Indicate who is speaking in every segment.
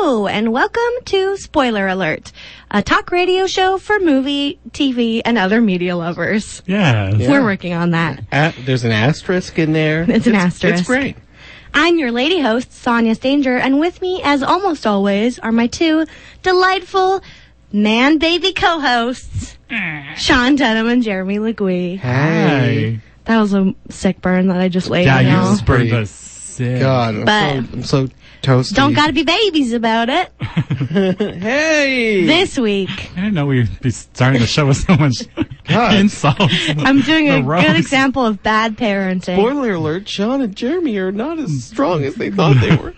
Speaker 1: and welcome to Spoiler Alert, a talk radio show for movie, TV, and other media lovers.
Speaker 2: Yeah.
Speaker 1: We're working on that.
Speaker 3: A- there's an asterisk in there.
Speaker 1: It's an asterisk.
Speaker 3: It's great.
Speaker 1: I'm your lady host, Sonia Stanger, and with me, as almost always, are my two delightful man baby co-hosts, Sean Denham and Jeremy Legui.
Speaker 2: Hi.
Speaker 1: That was a sick burn that I just laid
Speaker 2: Yeah, you
Speaker 1: now.
Speaker 2: just burned
Speaker 3: Pretty
Speaker 2: the sick.
Speaker 3: God, I'm,
Speaker 1: But-
Speaker 3: so, I'm so toasty.
Speaker 1: Don't gotta be babies about it.
Speaker 3: Hey!
Speaker 1: This week,
Speaker 2: I didn't know we'd be starting the show with so much
Speaker 3: God.
Speaker 2: insults.
Speaker 1: I'm doing
Speaker 2: The
Speaker 1: a
Speaker 2: roast.
Speaker 1: good example of bad parenting.
Speaker 3: Spoiler alert, Sean and Jeremy are not as strong as they thought they were.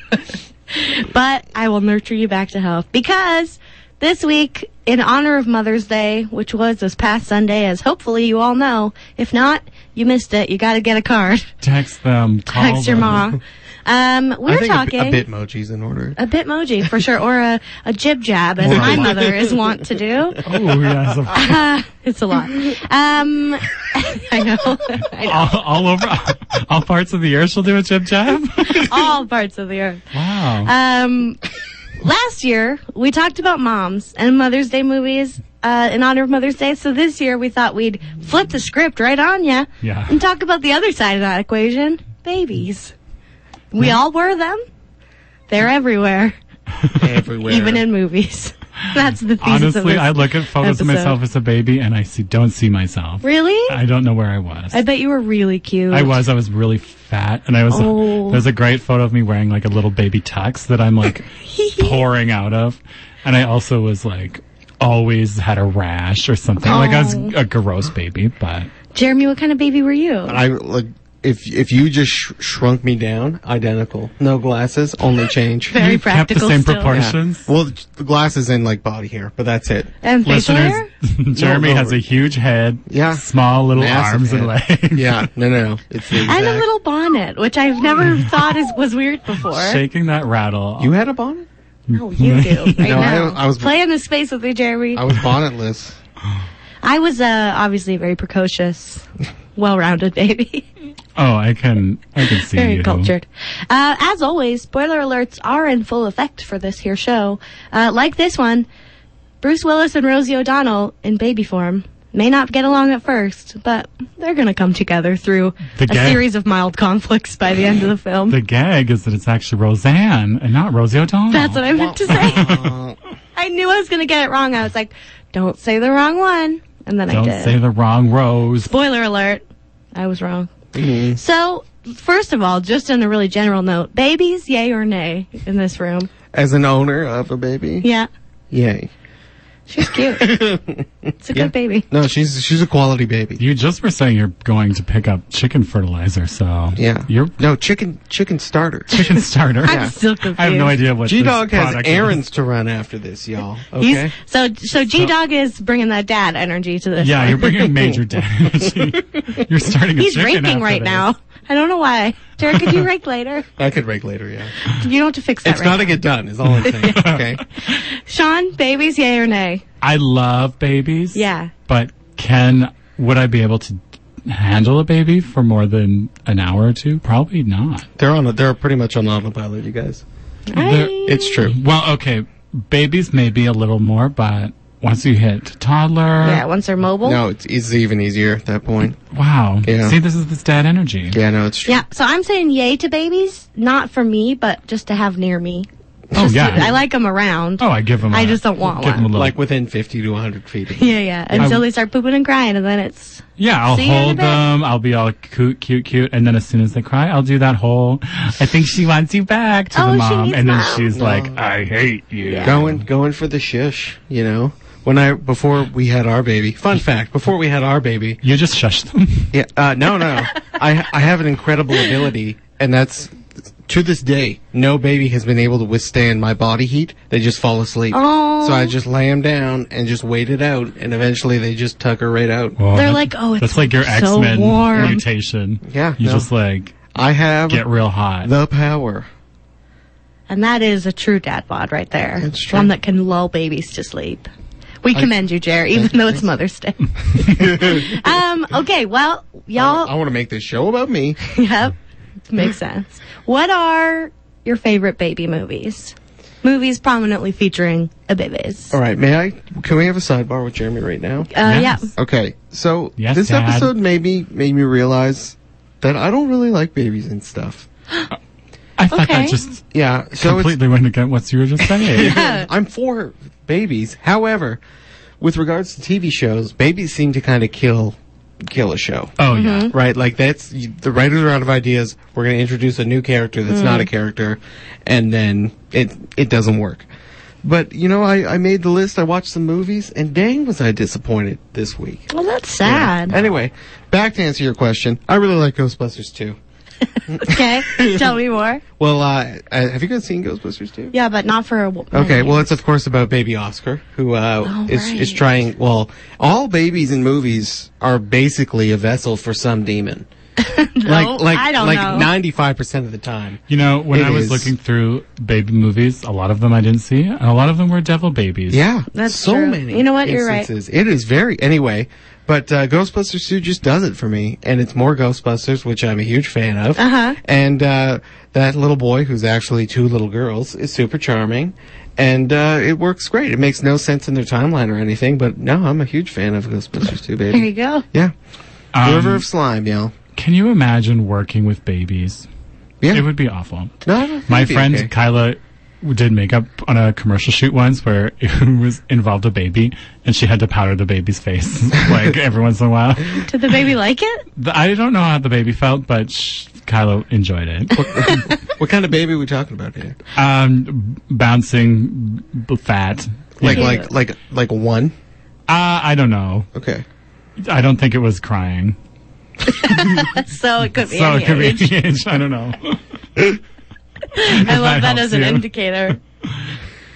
Speaker 1: but I will nurture you back to health because this week, in honor of Mother's Day, which was this past Sunday, as hopefully you all know, if not, you missed it. You got to get a card.
Speaker 2: Text them. Call
Speaker 1: Text your
Speaker 2: them.
Speaker 1: mom. Um,
Speaker 3: Oh, I
Speaker 1: we're
Speaker 3: think
Speaker 1: talking
Speaker 3: A, bi- a bitmoji's in order.
Speaker 1: a bitmoji for sure, or a, a jib jab, as
Speaker 2: Or a
Speaker 1: my
Speaker 2: what?
Speaker 1: mother is wont to do.
Speaker 2: Oh, yes. Of course.
Speaker 1: It's a lot. Um, I know. I know.
Speaker 2: all, all over, all parts of the earth she'll do a jib jab.
Speaker 1: All parts of the earth.
Speaker 2: wow.
Speaker 1: Um, last year we talked about moms and Mother's Day movies uh, in honor of Mother's Day. So this year we thought we'd flip the script right on ya
Speaker 2: Yeah.
Speaker 1: and talk about the other side of that equation: babies. We all were them. They're everywhere,
Speaker 3: Everywhere.
Speaker 1: even in movies. That's the Uh, thesis of
Speaker 2: Honestly,
Speaker 1: this.
Speaker 2: I look at photos of
Speaker 1: episode.
Speaker 2: myself as a baby and I see, don't see myself.
Speaker 1: really? I,
Speaker 2: I don't know where I was.
Speaker 1: bet you were really cute.
Speaker 2: I was. I was really fat, and I was.
Speaker 1: Oh.
Speaker 2: There's a great photo of me wearing like a little baby tux that I'm like pouring out of, and I also was like always had a rash or something. Like I was
Speaker 1: Oh.
Speaker 2: a gross baby, but
Speaker 1: Jeremy, what kind of baby were you?
Speaker 3: I like if if you just sh- shrunk me down, identical, no glasses, only change.
Speaker 1: Very
Speaker 2: you kept the
Speaker 1: practical
Speaker 2: same
Speaker 1: still.
Speaker 3: Yeah.
Speaker 2: proportions.
Speaker 3: Well, the glasses and like body hair, but that's it.
Speaker 1: and facial hair?
Speaker 2: Listeners, Jeremy
Speaker 3: No, no.
Speaker 2: has a huge head,
Speaker 3: Yeah.
Speaker 2: small little
Speaker 3: Massive
Speaker 2: arms and
Speaker 3: head.
Speaker 2: legs.
Speaker 3: Yeah, no, no, no. It's the exact.
Speaker 1: And a little bonnet, which I've never thought is was weird before.
Speaker 2: Shaking that rattle.
Speaker 3: You had a bonnet.
Speaker 1: No, Oh, you do. Right
Speaker 3: No, I
Speaker 1: now.
Speaker 3: was- I was-
Speaker 1: playing the space with me, Jeremy.
Speaker 3: I was bonnetless.
Speaker 1: I was uh, obviously a very precocious, well-rounded baby,
Speaker 2: oh, I can, I can see
Speaker 1: very
Speaker 2: you.
Speaker 1: cultured. Uh, as always, spoiler alerts are in full effect for this here show. Uh, like this one, Bruce Willis and Rosie O'Donnell in baby form may not get along at first, but they're going to come together through
Speaker 2: The
Speaker 1: a
Speaker 2: gag-
Speaker 1: series of mild conflicts by the end of the film.
Speaker 2: The gag is that it's actually Roseanne and not Rosie O'Donnell.
Speaker 1: That's what I meant to say.
Speaker 3: Uh,
Speaker 1: I knew I was going to get it wrong. I was like, don't say the wrong one. And then I
Speaker 2: Don't
Speaker 1: did.
Speaker 2: say the wrong rose.
Speaker 1: Spoiler alert. I was wrong.
Speaker 2: Mm-hmm.
Speaker 1: So, first of all, just on a really general note, babies, yay or nay in this room?
Speaker 3: As an owner of a baby,
Speaker 1: Yeah.
Speaker 3: yay.
Speaker 1: She's cute. it's a
Speaker 3: Yeah.
Speaker 1: good baby.
Speaker 3: No, she's she's a quality baby.
Speaker 2: You just were saying you're going to pick up chicken fertilizer, so
Speaker 3: Yeah.
Speaker 2: you're
Speaker 3: no chicken chicken starter.
Speaker 2: chicken starter.
Speaker 1: I'm still confused.
Speaker 2: I have no idea what
Speaker 3: G Dog
Speaker 2: this
Speaker 3: has
Speaker 2: product
Speaker 3: errands to run after this, y'all.
Speaker 1: He's,
Speaker 3: Okay.
Speaker 1: So, so G Dog is bringing that dad energy to this.
Speaker 2: Is. Yeah,
Speaker 1: one.
Speaker 2: you're bringing major damage. you're starting a
Speaker 1: he's
Speaker 2: chicken
Speaker 1: raking
Speaker 2: after
Speaker 1: right
Speaker 2: this.
Speaker 1: now. I don't know why. Derek, could you rake later?
Speaker 3: I could rake later. Yeah.
Speaker 1: You don't have to fix that.
Speaker 3: It's
Speaker 1: right
Speaker 3: got to get done. Is all I'm saying. okay.
Speaker 1: now. Sean, babies, yay or nay?
Speaker 2: I love babies.
Speaker 1: Yeah.
Speaker 2: but can would I be able to handle a baby for more than an hour or two? Probably not.
Speaker 3: They're on. A, they're pretty much on autopilot, you guys.
Speaker 2: They're-
Speaker 3: It's true.
Speaker 2: Well, okay, babies maybe a little more, but once you hit toddler,
Speaker 1: Yeah, once they're mobile.
Speaker 3: No, it's, it's even easier at that point.
Speaker 2: wow.
Speaker 3: Yeah.
Speaker 2: See, this is this dad energy.
Speaker 3: Yeah, no, it's true.
Speaker 1: Yeah, so I'm saying yay to babies, not for me, but just to have near me.
Speaker 2: Oh
Speaker 1: Just
Speaker 2: yeah.
Speaker 1: to- I like them around.
Speaker 2: Oh, I give them.
Speaker 1: I
Speaker 2: I
Speaker 1: just don't want
Speaker 2: give 'em
Speaker 1: one.
Speaker 2: a little
Speaker 3: Like within 50 to 100 feet. of-
Speaker 1: Yeah, yeah. Until
Speaker 2: I-
Speaker 1: they start pooping and crying, and then it's
Speaker 2: Yeah, I'll
Speaker 1: See you in a
Speaker 2: hold
Speaker 1: bit.
Speaker 2: them. I'll be all cute, cute, cute, and then as soon as they cry, I'll do that whole. I think she wants you back to
Speaker 1: Oh,
Speaker 2: the
Speaker 1: she
Speaker 2: mom,
Speaker 1: needs
Speaker 2: and then
Speaker 1: mom.
Speaker 2: she's like, "I hate you."
Speaker 3: Going, going for the shush. You know, when I before we had our baby. Fun fact: before we had our baby,
Speaker 2: You just shush them.
Speaker 3: yeah, uh, no, no, I I have an incredible ability, and that's to this day, no baby has been able to withstand my body heat. They just fall asleep.
Speaker 1: Oh.
Speaker 3: So I just lay them down and just wait it out, and eventually they just tucker right out.
Speaker 1: They're like, "Oh, it's
Speaker 2: that's like your
Speaker 1: so
Speaker 2: X Men
Speaker 1: warm."
Speaker 2: mutation.
Speaker 3: Yeah,
Speaker 2: you
Speaker 3: no.
Speaker 2: just like
Speaker 3: I have
Speaker 2: get real hot.
Speaker 3: the power.
Speaker 1: and that is a true dad bod right there.
Speaker 3: That's true.
Speaker 1: One that can lull babies to sleep. We commend you, Jer, even though it's Mother's Day. um, okay, well, y'all,
Speaker 3: I want to make this show about me.
Speaker 1: yep, makes sense. What are your favorite baby movies? movies prominently featuring a babies.
Speaker 3: All right, may I? Can we have a sidebar with Jeremy right now?
Speaker 1: Uh,
Speaker 2: Yes.
Speaker 1: Yeah.
Speaker 3: Okay, so
Speaker 2: Yes,
Speaker 3: this
Speaker 2: Dad.
Speaker 3: episode made me made me realize that I don't really like babies and stuff.
Speaker 2: I thought
Speaker 1: Okay.
Speaker 2: that just
Speaker 3: Yeah, so it's,
Speaker 2: completely went against what you were just saying.
Speaker 3: I'm for babies. However, with regards to TV shows, babies seem to kind of kill kill a show.
Speaker 2: oh
Speaker 1: Mm-hmm.
Speaker 2: yeah.
Speaker 3: Right, like that's you- the writers are out of ideas. We're going to introduce a new character that's not
Speaker 2: Mm-hmm.
Speaker 3: a character, and then it it doesn't work. But you know, I, I made the list. I watched some movies, and dang, was I disappointed this week.
Speaker 1: Well, that's sad.
Speaker 3: Anyway, back to answer your question. I really like Ghostbusters too.
Speaker 1: Okay, tell me more.
Speaker 3: Well, uh, uh, have you guys seen Ghostbusters too?
Speaker 1: Yeah, but not for a w-
Speaker 3: Okay, well, it's of course about baby Oscar, who uh,
Speaker 1: Oh,
Speaker 3: is is
Speaker 1: right.
Speaker 3: trying. Well, all babies in movies are basically a vessel for some demon. like, like,
Speaker 1: I don't know.
Speaker 3: like ninety five percent of the time.
Speaker 2: You know, when
Speaker 3: It
Speaker 2: I was
Speaker 3: is.
Speaker 2: looking through baby movies, a lot of them I didn't see, and a lot of them were devil babies.
Speaker 3: Yeah,
Speaker 1: That's
Speaker 3: so
Speaker 1: true.
Speaker 3: many.
Speaker 1: You know what? You're right.
Speaker 3: instances. It is very anyway. But uh, Ghostbusters 2 just does it for me, and it's more Ghostbusters, which I'm a huge fan of.
Speaker 1: Uh-huh.
Speaker 3: And uh, that little boy, who's actually two little girls, is super charming, and uh, it works great. It makes no sense in their timeline or anything, but no, I'm a huge fan of Ghostbusters 2, baby.
Speaker 1: there you go.
Speaker 3: Yeah,
Speaker 2: Um,
Speaker 3: River of Slime, y'all.
Speaker 2: Can you imagine working with babies?
Speaker 3: Yeah,
Speaker 2: It would be awful.
Speaker 3: no, I don't think
Speaker 2: My
Speaker 3: it'd be
Speaker 2: friend
Speaker 3: okay.
Speaker 2: Kyla did makeup on a commercial shoot once where it was involved a baby and she had to powder the baby's face like every once in a while.
Speaker 1: Did the baby like it?
Speaker 2: The- I don't know how the baby felt, but sh- Kyla enjoyed it.
Speaker 3: what kind of baby are we talking about here?
Speaker 2: Um, b- bouncing b- fat.
Speaker 3: Like,
Speaker 1: Yeah.
Speaker 3: like, like, like one?
Speaker 2: Uh, I don't know.
Speaker 3: Okay.
Speaker 2: I don't think it was crying.
Speaker 1: So it could be.
Speaker 2: So
Speaker 1: any
Speaker 2: it could be
Speaker 1: age.
Speaker 2: any age. I don't know.
Speaker 1: I love
Speaker 2: that
Speaker 1: that
Speaker 2: helps
Speaker 1: as an
Speaker 2: you.
Speaker 1: indicator.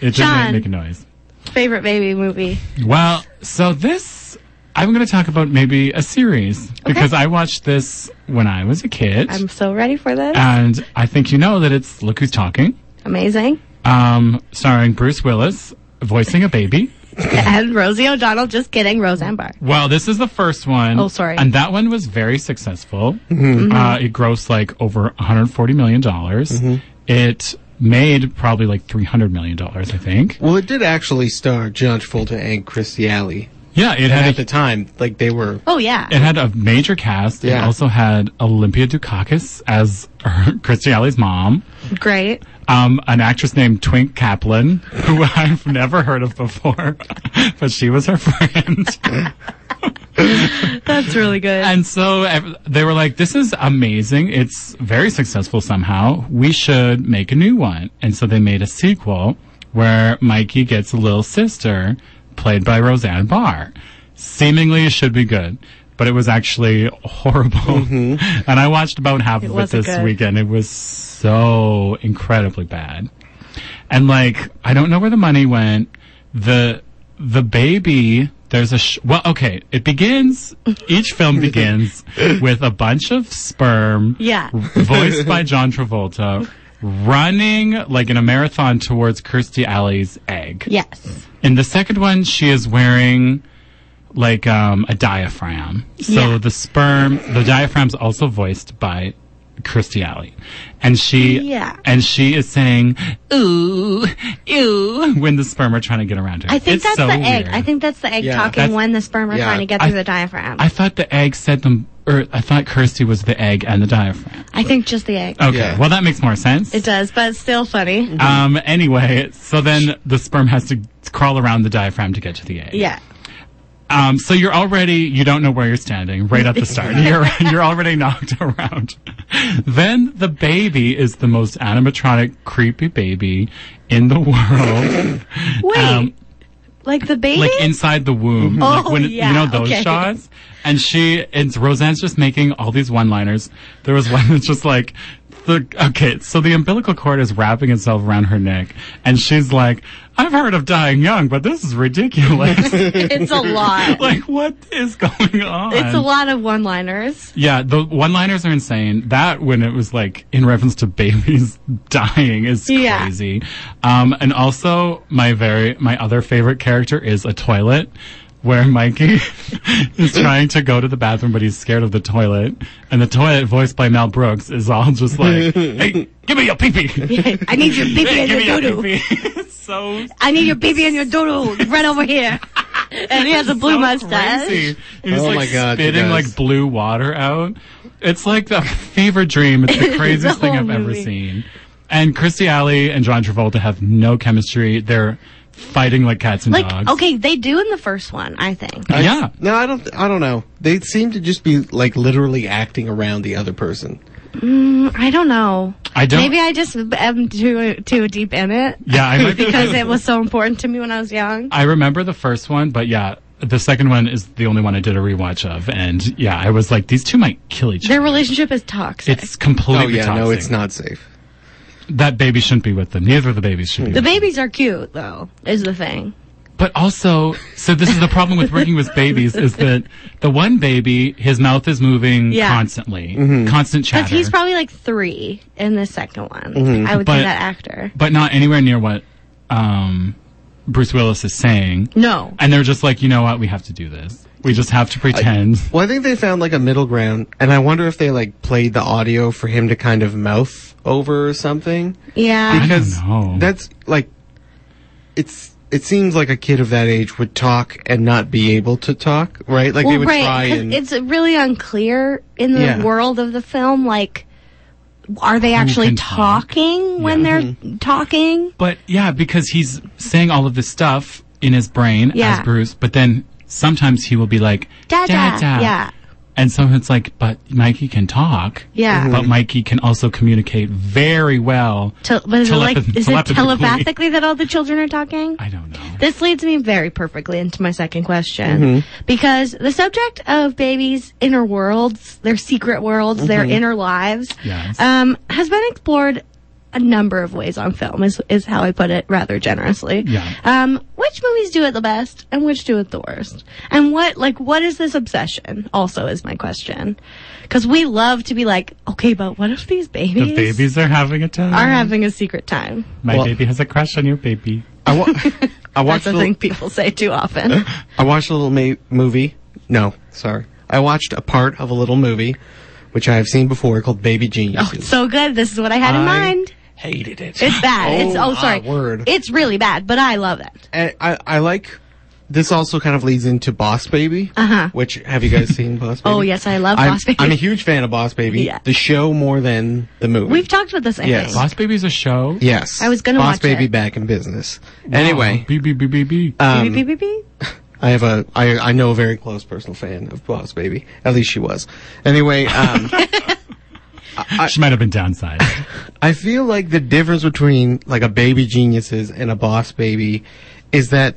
Speaker 2: It
Speaker 1: John.
Speaker 2: didn't make a noise.
Speaker 1: Favorite baby movie.
Speaker 2: Well, so this I'm going to talk about maybe a series because I watched this when I was a kid,
Speaker 1: I'm so ready for this.
Speaker 2: and I think you know that it's Look Who's Talking,
Speaker 1: Amazing.
Speaker 2: um, starring Bruce Willis voicing a baby.
Speaker 1: and Rosie O'Donnell. Just kidding. Rose Ambar.
Speaker 2: Well, this is the first one.
Speaker 1: Oh, sorry. Mm-hmm.
Speaker 2: And that one was very successful. Uh, it grossed like over 140 million dollars. It made probably like 300 million dollars, I think.
Speaker 3: Well, it did actually star John Travolta and Chrissy Alley.
Speaker 2: Yeah, it
Speaker 3: And
Speaker 2: had a
Speaker 3: at the time, like they were.
Speaker 1: Oh yeah.
Speaker 2: It had a major cast. It
Speaker 3: Yeah.
Speaker 2: also had Olympia Dukakis as Christy Alley's mom,
Speaker 1: Great.
Speaker 2: um, an actress named Twink Kaplan, who I've never heard of before, but she was her friend.
Speaker 1: That's really good.
Speaker 2: and so ev- they were like, "This is amazing. It's very successful somehow. We should make a new one." And so they made a sequel where Mikey gets a little sister played by Roseanne Barr. Seemingly it should be good, but it was actually horrible. And I watched about half of it
Speaker 1: wasn't
Speaker 2: this
Speaker 1: good.
Speaker 2: weekend. It was so incredibly bad. And like, I don't know where the money went. The the baby. There's a sh- well, okay. It begins. Each film begins with a bunch of sperm,
Speaker 1: Yeah.
Speaker 2: voiced by John Travolta, running like in a marathon towards Kirstie Alley's egg.
Speaker 1: yes.
Speaker 2: In the second one, she is wearing like um, a diaphragm. So
Speaker 1: Yeah.
Speaker 2: the sperm, the diaphragm's also voiced by Kirstie Alley, and she
Speaker 1: Yeah.
Speaker 2: and she is saying ooh ew when the sperm are trying to get around her.
Speaker 1: I think
Speaker 2: It's
Speaker 1: that's
Speaker 2: so
Speaker 1: the egg.
Speaker 2: weird.
Speaker 1: I think that's the egg
Speaker 3: Yeah.
Speaker 1: talking
Speaker 2: That's-
Speaker 1: when the sperm are
Speaker 3: yeah.
Speaker 1: trying to get
Speaker 2: I-
Speaker 1: through the diaphragm.
Speaker 2: I
Speaker 1: I,
Speaker 2: thought the egg said them, or I thought Kirstie was the egg and the diaphragm.
Speaker 1: think just the egg.
Speaker 2: Okay,
Speaker 3: Yeah.
Speaker 2: well that makes more sense.
Speaker 1: It does, but it's still funny.
Speaker 2: Um. Anyway, so then the sperm has to crawl around the diaphragm to get to the egg.
Speaker 1: yeah.
Speaker 2: Um, so you're already, you don't know where you're standing right at the start. You're, you're already knocked around. Then the baby is the most animatronic, creepy baby in the world.
Speaker 1: Wait.
Speaker 2: Um,
Speaker 1: like the baby?
Speaker 2: like inside the womb. like
Speaker 1: Oh,
Speaker 2: when it-
Speaker 1: yeah,
Speaker 2: You know those
Speaker 1: okay.
Speaker 2: shots? And she, it's Roseanne's just making all these one-liners. There was one that's just like, the, okay, so the umbilical cord is wrapping itself around her neck, and she's like, I've heard of dying young, but this is ridiculous.
Speaker 1: it's a lot.
Speaker 2: like, what is going on?
Speaker 1: It's a lot of one-liners.
Speaker 2: Yeah, the one-liners are insane. That when it was like in reference to babies dying is
Speaker 1: Yeah.
Speaker 2: crazy. Um, and also my very my other favorite character is a toilet. where Mikey is trying to go to the bathroom, but he's scared of the toilet. And the toilet, voiced by Mel Brooks, is all just like, hey, give me your pee pee.
Speaker 1: I need your BB
Speaker 2: Hey,
Speaker 1: and
Speaker 2: give me
Speaker 1: your
Speaker 2: your
Speaker 1: doodoo.
Speaker 2: pee pee. so
Speaker 1: I need your BB and your doodoo. Right over here. And he has a blue
Speaker 2: so
Speaker 1: mustache.
Speaker 2: crazy. He's
Speaker 3: Oh
Speaker 2: like
Speaker 3: my God, you
Speaker 2: spitting
Speaker 3: guys.
Speaker 2: like blue water out. It's like the fever dream. It's the craziest thing
Speaker 1: whole
Speaker 2: I've ever
Speaker 1: movie.
Speaker 2: seen. And Christy Alley and John Travolta have no chemistry. They're fighting like cats and
Speaker 1: Like,
Speaker 2: dogs.
Speaker 1: okay, they do in the first one, I think.
Speaker 3: I-
Speaker 2: Yeah.
Speaker 3: No, I don't. I don't know. They seem to just be like literally acting around the other person.
Speaker 1: Mm, I don't know.
Speaker 2: I don't.
Speaker 1: Maybe I just am too too deep in it
Speaker 2: yeah, I might Uh,
Speaker 1: because it was so important to me when I was young.
Speaker 2: I remember the first one, but yeah, the second one is the only one I did a rewatch of. And yeah, I was like, these two might kill each
Speaker 1: Their
Speaker 2: other.
Speaker 1: relationship is toxic.
Speaker 2: It's completely
Speaker 3: Oh yeah,
Speaker 2: toxic.
Speaker 3: no, it's not safe.
Speaker 2: That baby shouldn't be with them. Neither of the babies should be.
Speaker 1: the
Speaker 2: with them.
Speaker 1: babies are cute though, is the thing.
Speaker 2: But also, so this is the problem with working with babies is that the one baby, his mouth is moving
Speaker 1: Yeah.
Speaker 2: constantly, constant chatter,
Speaker 1: Because he's probably like three in the second one. I would
Speaker 2: But-
Speaker 1: say that actor.
Speaker 2: but not anywhere near what um, Bruce Willis is saying.
Speaker 1: No.
Speaker 2: And they're just like, you know what? We have to do this. We just have to pretend.
Speaker 3: Well, I think they found like a middle ground, and I wonder if they like played the audio for him to kind of mouth over or something.
Speaker 1: Yeah.
Speaker 2: don't
Speaker 3: Because
Speaker 2: know.
Speaker 3: that's like, it's it seems like a kid of that age would talk and not be able to talk, right? Like
Speaker 1: Well,
Speaker 3: they would try
Speaker 1: right. 'cause
Speaker 3: and
Speaker 1: It's really unclear in the
Speaker 3: Yeah.
Speaker 1: world of the film. Like, are they actually
Speaker 2: can talk?
Speaker 1: talking when they're talking?
Speaker 2: But yeah, because he's saying all of this stuff in his brain
Speaker 1: Yeah.
Speaker 2: as Bruce, but then sometimes he will be like,
Speaker 1: Dada.
Speaker 2: Dada.
Speaker 1: Yeah.
Speaker 2: And so it's like, but Mikey can talk.
Speaker 1: Yeah.
Speaker 2: But Mikey can also communicate very well.
Speaker 1: Te- but is it like,
Speaker 2: telepath-
Speaker 1: is it
Speaker 2: telepathically.
Speaker 1: telepathically that all the children are talking?
Speaker 2: I don't know.
Speaker 1: This leads me very perfectly into my second question because the subject of babies' inner worlds, their secret worlds, their inner lives,
Speaker 2: Yes.
Speaker 1: um, has been explored a number of ways on film. Is is how I put it rather generously.
Speaker 2: Yeah.
Speaker 1: Um, which movies do it the best and which do it the worst? And what like what is this obsession? Also, is my question because we love to be like, okay, but what if these babies,
Speaker 2: The babies are having a time.
Speaker 1: are having a secret time?
Speaker 2: My
Speaker 3: Well-
Speaker 2: baby has a crush on your baby.
Speaker 3: I, wa- I watched
Speaker 1: That's a
Speaker 3: a
Speaker 1: thing
Speaker 3: little,
Speaker 1: people say too often.
Speaker 3: I watched a little ma- movie. No, sorry, I watched a part of a little movie, which I have seen before called Baby
Speaker 1: Oh,
Speaker 3: Geniuses.
Speaker 1: it's so good. This is what I had in
Speaker 3: I
Speaker 1: mind.
Speaker 3: hated it.
Speaker 1: It's bad. it's
Speaker 3: Oh,
Speaker 1: oh sorry.
Speaker 3: my word.
Speaker 1: It's really bad, but I love it.
Speaker 3: And I, I like this also kind of leads into Boss Baby,
Speaker 1: Uh-huh.
Speaker 3: which have you guys seen Boss Baby?
Speaker 1: Oh, yes, I love
Speaker 3: I'm,
Speaker 1: Boss Baby.
Speaker 3: I'm a huge fan of Boss Baby.
Speaker 1: Yeah.
Speaker 3: The show more than the movie.
Speaker 1: We've talked about this, I
Speaker 3: Yes.
Speaker 1: think.
Speaker 2: Boss Baby's a show.
Speaker 3: yes.
Speaker 1: I was gonna
Speaker 3: Boss
Speaker 1: watch
Speaker 3: Baby
Speaker 1: it.
Speaker 3: back in business. Anyway, um,
Speaker 2: B B B B B.
Speaker 1: Beep, beep, beep, beep.
Speaker 3: I have a I I know a very close personal fan of Boss Baby. At least she was. Anyway, um,
Speaker 2: She might have been downsized.
Speaker 3: I feel like the difference between like a Baby Geniuses and a Boss Baby is that.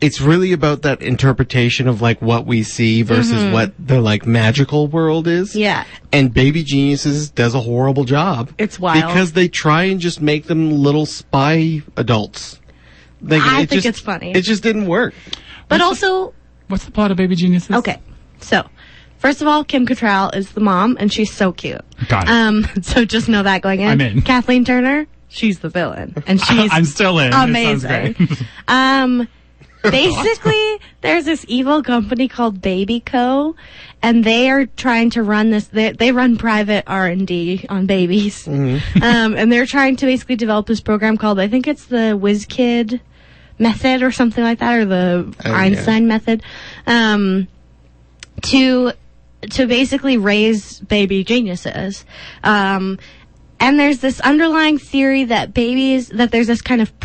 Speaker 3: It's really about that interpretation of like what we see versus what the like magical world is.
Speaker 1: Mm-hmm. Yeah.
Speaker 3: And Baby Geniuses does a horrible job.
Speaker 1: It's wild.
Speaker 3: Because they try and just make them little spy adults. Like,
Speaker 1: I think
Speaker 3: just-
Speaker 1: it's funny.
Speaker 3: It just didn't work.
Speaker 1: But also,
Speaker 2: What's the plot of Baby Geniuses?
Speaker 1: okay. So, first of all, Kim Cattrall is the mom, and she's so cute.
Speaker 2: Got it.
Speaker 1: Um, so just know that going in.
Speaker 2: I'm in.
Speaker 1: Kathleen Turner, she's the villain, and she's
Speaker 2: I'm still in. It sounds
Speaker 1: Amazing.
Speaker 2: great.
Speaker 1: Um, basically, there's this evil company called Baby Co, and they are trying to run this. They, they run private R and D on babies, um, and they're trying to basically develop this program called I think it's the Whiz Kid method or something like that, or the
Speaker 3: yeah.
Speaker 1: Einstein method, um, to to basically raise baby geniuses. Um, and there's this underlying theory that babies that there's this kind of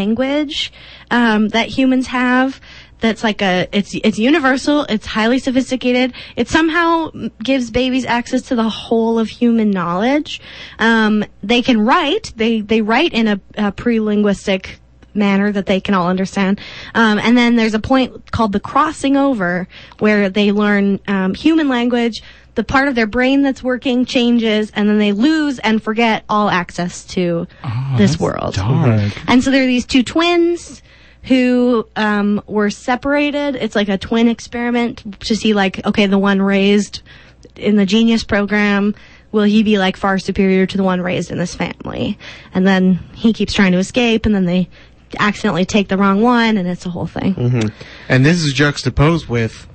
Speaker 1: pre-language um, that humans have that's like a it's it's universal it's highly sophisticated it somehow gives babies access to the whole of human knowledge um, they can write they they write in a, a pre-linguistic manner that they can all understand. Um, and then there's a point called the crossing over where they learn um, human language. The part of their brain that's working changes, and then they lose and forget all access to
Speaker 2: Oh,
Speaker 1: this
Speaker 2: that's
Speaker 1: world.
Speaker 2: Dark.
Speaker 1: And so there are these two twins who um, were separated. It's like a twin experiment to see, like, okay, the one raised in the genius program, will he be like far superior to the one raised in this family? And then he keeps trying to escape, and then they accidentally take the wrong one, and it's a whole thing.
Speaker 3: Mm-hmm. And this is juxtaposed with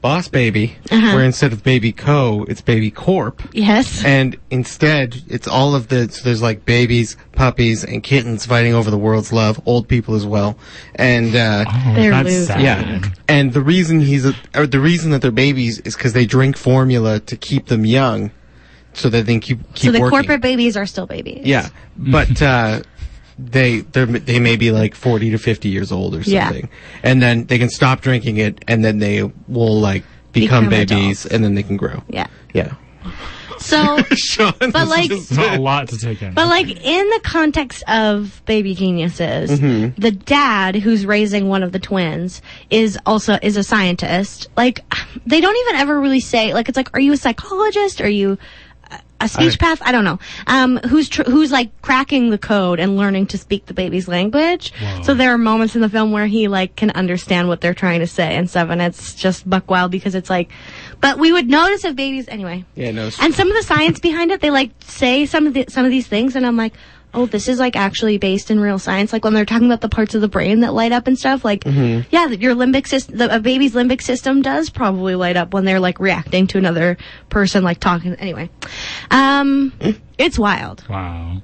Speaker 3: Boss Baby,
Speaker 1: Uh-huh.
Speaker 3: where instead of Baby Co, it's Baby Corp.
Speaker 1: Yes.
Speaker 3: And instead, it's all of the, so there's like babies, puppies, and kittens fighting over the world's love, old people as well. And, uh,
Speaker 2: Oh,
Speaker 1: They're
Speaker 2: that's
Speaker 1: losing.
Speaker 2: sad.
Speaker 3: yeah. And the reason he's, a, or the reason that they're babies is because they drink formula to keep them young so that they keep, keep
Speaker 1: so the
Speaker 3: working.
Speaker 1: corporate babies are still babies.
Speaker 3: Yeah, but uh, they they they may be like forty to fifty years old or
Speaker 1: Yeah.
Speaker 3: something, and then they can stop drinking it, and then they will like become,
Speaker 1: Become
Speaker 3: babies,
Speaker 1: adults.
Speaker 3: and then they can grow.
Speaker 1: Yeah.
Speaker 3: Yeah,
Speaker 1: So,
Speaker 3: Sean.
Speaker 1: but like,
Speaker 2: It's not a lot to take in.
Speaker 1: but like in the context of Baby Geniuses, the dad who's raising one of the twins is also is a scientist. Like, they don't even ever really say like it's like, are you a psychologist? Are you a- a speech path? I don't know. Um, who's tr- who's like cracking the code and learning to speak the baby's language? So there are moments in the film where he like can understand what they're trying to say and stuff, and it's just buck wild because it's like, but we would notice if babies anyway.
Speaker 3: yeah, no. it's-
Speaker 1: And some of the science behind it, they like say some of the, some of these things, and I'm like, oh, this is like actually based in real science. Like when they're talking about the parts of the brain that light up and stuff, like
Speaker 3: Mm-hmm.
Speaker 1: yeah, that your limbic system, the, a baby's limbic system does probably light up when they're like reacting to another person, like talking. Anyway, um,
Speaker 3: Mm.
Speaker 1: it's wild.
Speaker 2: Wow.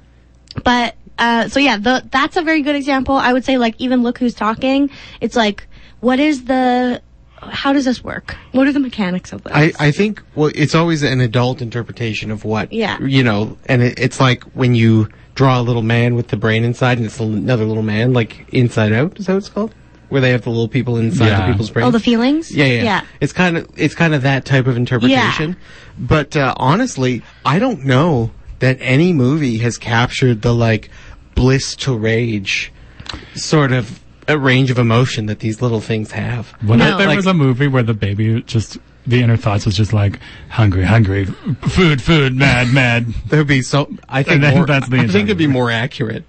Speaker 1: But uh, so yeah, the, that's a very good example. I would say like even look who's talking. It's like what is the how does this work? What are the mechanics of this?
Speaker 3: I, I think well it's always an adult interpretation of what
Speaker 1: Yeah.
Speaker 3: you know and it, it's like when you draw a little man with the brain inside and it's another little man like inside out is that what it's called where they have the little people inside
Speaker 2: Yeah.
Speaker 3: the people's brains
Speaker 1: all Oh, the feelings.
Speaker 3: Yeah, yeah,
Speaker 1: yeah.
Speaker 3: It's kind of it's kind of that type of interpretation. But uh, honestly, I don't know that any movie has captured the like bliss to rage sort of a range of emotion that these little things have.
Speaker 2: What
Speaker 1: No.
Speaker 2: if there
Speaker 1: Like-
Speaker 2: was a movie where the baby just the inner thoughts was just like hungry, hungry, f- food, food, mad, mad.
Speaker 3: That would be so. I think
Speaker 2: then
Speaker 3: more,
Speaker 2: that's the
Speaker 3: I think it'd be
Speaker 2: interpretation.
Speaker 3: more accurate.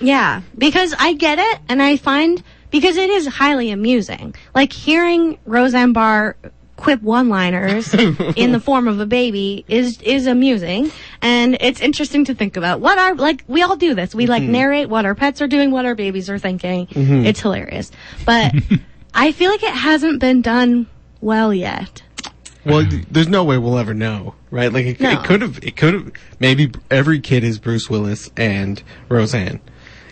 Speaker 1: Yeah, because I get it, and I find because it is highly amusing. Like hearing Roseanne Barr quip one-liners in the form of a baby is is amusing, and it's interesting to think about what our like we all do this. We like narrate what our pets are doing, what our babies are thinking. It's hilarious, but I feel like it hasn't been done well yet.
Speaker 3: Well, th- there's no way we'll ever know, right? Like it,
Speaker 1: No.
Speaker 3: it could have, it could have. Maybe every kid is Bruce Willis and Roseanne.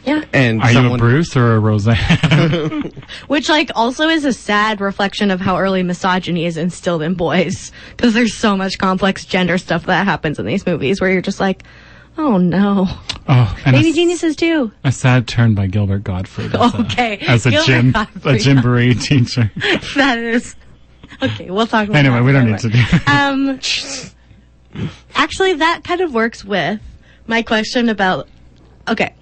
Speaker 1: Yeah.
Speaker 3: And
Speaker 2: Are you a
Speaker 3: someone,
Speaker 2: Bruce or a Roseanne?
Speaker 1: Which, like, also is a sad reflection of how early misogyny is instilled in boys. Because there's so much complex gender stuff that happens in these movies where you're just like, oh no.
Speaker 2: oh, and a,
Speaker 1: Baby
Speaker 2: s-
Speaker 1: geniuses too.
Speaker 2: a sad turn by Gilbert Godfrey. as a-
Speaker 1: Okay,
Speaker 2: as a
Speaker 1: Gilbert
Speaker 2: gym,
Speaker 1: Gottfried.
Speaker 2: a gymboree teacher.
Speaker 1: that is. Okay, we'll talk about
Speaker 2: Anyway,
Speaker 1: that
Speaker 2: we don't need
Speaker 1: later.
Speaker 2: to do.
Speaker 1: Um, actually, that kind of works with my question about. Okay.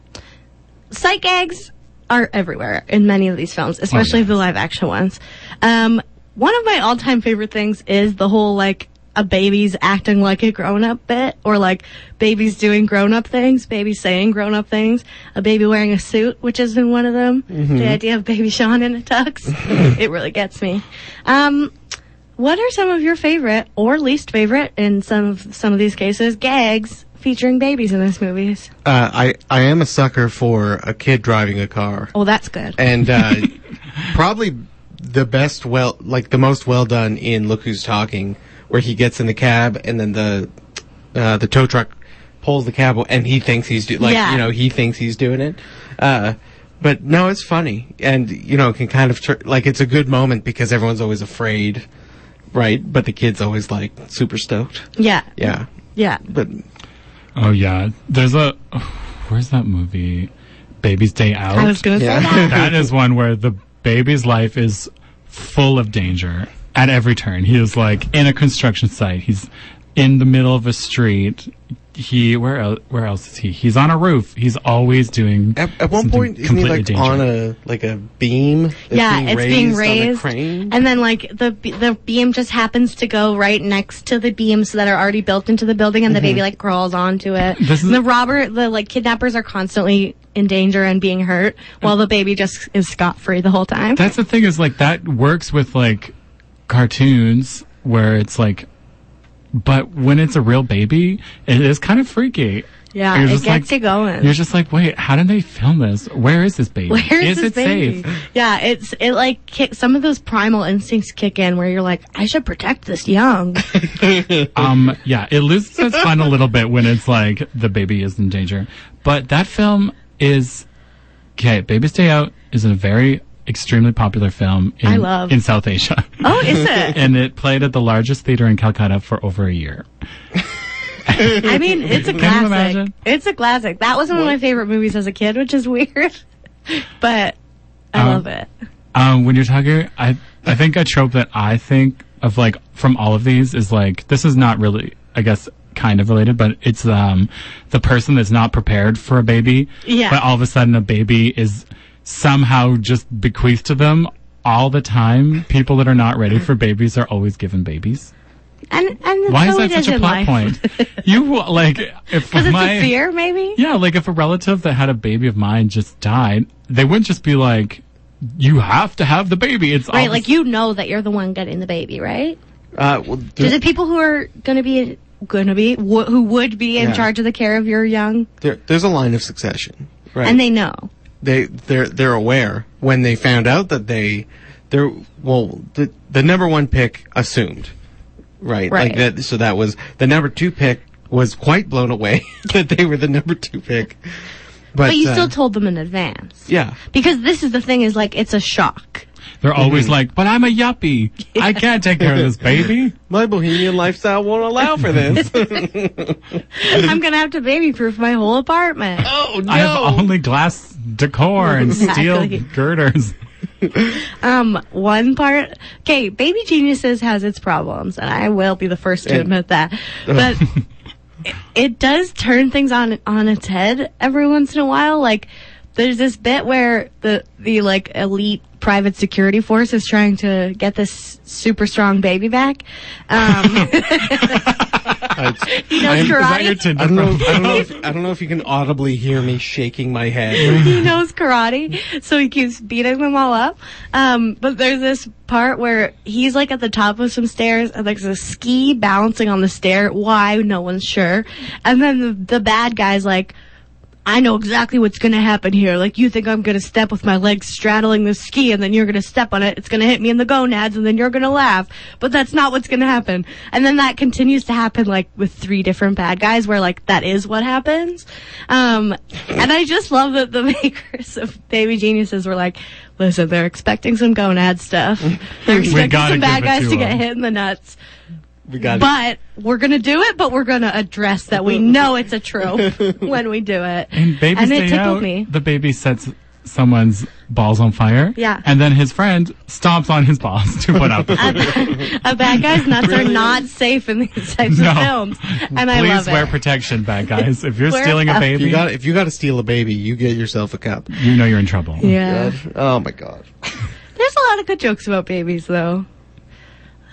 Speaker 1: Psych gags are everywhere in many of these films, especially
Speaker 2: yeah.
Speaker 1: the live action ones. Um, one of my all time favorite things is the whole like a baby's acting like a grown up bit, or like babies doing grown up things, babies saying grown up things, a baby wearing a suit, which has been one of them. The idea of baby Sean in a tux, it really gets me. Um, what are some of your favorite or least favorite in some of some of these cases gags featuring babies in these movies?
Speaker 3: uh, I I am a sucker for a kid driving a car.
Speaker 1: Oh, that's good.
Speaker 3: and uh, probably the best well like the most well done in look who's talking where he gets in the cab and then the uh, the tow truck pulls the cab and he thinks he's do- like
Speaker 1: Yeah.
Speaker 3: you know he thinks he's doing it uh, but no it's funny and you know can kind of tur like it's a good moment because everyone's always afraid right but the kid's always like super stoked
Speaker 1: Yeah.
Speaker 3: yeah
Speaker 1: Yeah.
Speaker 3: but
Speaker 2: Oh yeah, there's a. where's that movie? Baby's Day Out.
Speaker 1: I was gonna
Speaker 3: Yeah.
Speaker 1: say that.
Speaker 2: that is one where the baby's life is full of danger at every turn. He is like in a construction site. He's in the middle of a street. He where el- where else is he? He's on a roof. He's always doing.
Speaker 3: at, at one
Speaker 2: something
Speaker 3: point isn't he
Speaker 2: completely
Speaker 3: like
Speaker 2: dangerous.
Speaker 3: on a like a beam that's
Speaker 1: yeah, it's being
Speaker 3: on a
Speaker 1: raised,
Speaker 3: crane?
Speaker 1: and then like the b- the beam just happens to go right next to the beams that are already built into the building, and the baby like crawls onto it.
Speaker 2: This is-
Speaker 1: the robber, the like kidnappers are constantly in danger and being hurt, while the baby just is scot free the whole time.
Speaker 2: That's the thing is like that works with like cartoons where it's like But when it's a real baby, it is kind of freaky.
Speaker 1: Yeah,
Speaker 2: You're
Speaker 1: it
Speaker 2: just
Speaker 1: gets you going.
Speaker 2: You're just like, wait, how did they film this? Where is this baby?
Speaker 1: Where is, this
Speaker 2: it
Speaker 1: baby?
Speaker 2: safe?
Speaker 1: Yeah, it's it like kick, some of those primal instincts kick in where you're like, I should protect this young.
Speaker 2: Um, yeah, it loses its fun a little bit when it's like the baby is in danger. But that film is okay. Baby's Day Out is a very extremely popular film in,
Speaker 1: I love.
Speaker 2: in South Asia,
Speaker 1: oh, is it?
Speaker 2: and it played at the largest theater in Calcutta for over a year.
Speaker 1: I mean, it's a
Speaker 2: Can you
Speaker 1: classic.
Speaker 2: imagine?
Speaker 1: It's a classic. That was one of my favorite movies as a kid, which is weird, but I
Speaker 2: Um,
Speaker 1: love it.
Speaker 2: Um, when you're talking, I I think a trope that I think of like from all of these is like this is not really, I guess, kind of related, but it's um the person that's not prepared for a baby,
Speaker 1: Yeah.
Speaker 2: but all of a sudden a baby is somehow just bequeathed to them all the time. People that are not ready for babies are always given babies.
Speaker 1: And and
Speaker 2: Why
Speaker 1: so
Speaker 2: is
Speaker 1: Oh, it
Speaker 2: that such a
Speaker 1: in
Speaker 2: plot
Speaker 1: life.
Speaker 2: point? You like if
Speaker 1: Because it's
Speaker 2: my
Speaker 1: a fear, maybe.
Speaker 2: yeah, like if a relative that had a baby of mine just died, they wouldn't just be like, "You have to have the baby." It's
Speaker 1: Right,
Speaker 2: obvious-
Speaker 1: like you know that you're the one getting the baby, right?
Speaker 3: Uh, well,
Speaker 1: Do
Speaker 3: there,
Speaker 1: the people who are gonna be gonna be wh- who would be in
Speaker 3: Yeah.
Speaker 1: charge of the care of your young,
Speaker 3: there- there's a line of succession, right?
Speaker 1: and they know.
Speaker 3: they they're they're aware when they found out that they they're well the the number one pick assumed right,
Speaker 1: Right.
Speaker 3: like that so that was the number two pick was quite blown away that they were the number two pick but,
Speaker 1: But you
Speaker 3: uh,
Speaker 1: still told them in advance.
Speaker 3: yeah
Speaker 1: Because this is the thing is like it's a shock.
Speaker 2: They're always like, "But I'm a yuppie. I can't take care of this baby."
Speaker 3: my bohemian lifestyle won't allow for this
Speaker 1: I'm gonna have to baby proof my whole apartment.
Speaker 3: oh
Speaker 2: I have only glass decor and steel
Speaker 1: Exactly.
Speaker 2: girders.
Speaker 1: Um, one part okay, Baby Geniuses has its problems, and I will be the first to
Speaker 3: And-
Speaker 1: admit that. But it, it does turn things on on its head every once in a while. Like there's this bit where the the like elite private security force is trying to get this super strong baby back. Um, he knows
Speaker 2: Is that
Speaker 1: karate.
Speaker 2: your Tinder
Speaker 3: I don't know.
Speaker 2: profile?
Speaker 3: If, I don't know. If, I don't know if you can audibly hear me shaking my head.
Speaker 1: he knows karate, so he keeps beating them all up. Um, but there's this part where he's like at the top of some stairs, and there's a ski bouncing on the stair. Why? No one's sure. And then the, the bad guy's like, I know exactly what's gonna happen here. Like, you think I'm gonna step with my legs straddling the ski and then you're gonna step on it. It's gonna hit me in the gonads and then you're gonna laugh. But that's not what's gonna happen. And then that continues to happen, like, with three different bad guys where, like, that is what happens. Um, and I just love that the makers of Baby Geniuses were like, listen, they're expecting some gonad stuff. They're expecting
Speaker 2: Mm-hmm. gotta
Speaker 1: some bad
Speaker 2: give it
Speaker 1: guys
Speaker 2: to
Speaker 1: to, get
Speaker 2: them."
Speaker 1: hit in the nuts.
Speaker 3: We got
Speaker 1: But we're gonna do it, but we're gonna address that we know it's a trope when we do it.
Speaker 2: And baby
Speaker 1: and it
Speaker 2: stay
Speaker 1: tickled
Speaker 2: out.
Speaker 1: me.
Speaker 2: The baby sets someone's balls on fire.
Speaker 1: Yeah.
Speaker 2: and then his friend stomps on his balls to put out the fire.
Speaker 1: a bad guy's nuts are not safe in these types
Speaker 2: No.
Speaker 1: of films, and I
Speaker 2: Please
Speaker 1: love
Speaker 2: wear
Speaker 1: it.
Speaker 2: protection, bad guys. If you're
Speaker 1: Wear
Speaker 2: stealing a
Speaker 1: a-
Speaker 3: If
Speaker 2: baby,
Speaker 3: you
Speaker 2: you,
Speaker 3: got if you got to steal a baby, you get yourself a cup.
Speaker 2: know you're in trouble.
Speaker 1: yeah,
Speaker 3: Oh my god.
Speaker 1: there's a lot of good jokes about babies, though.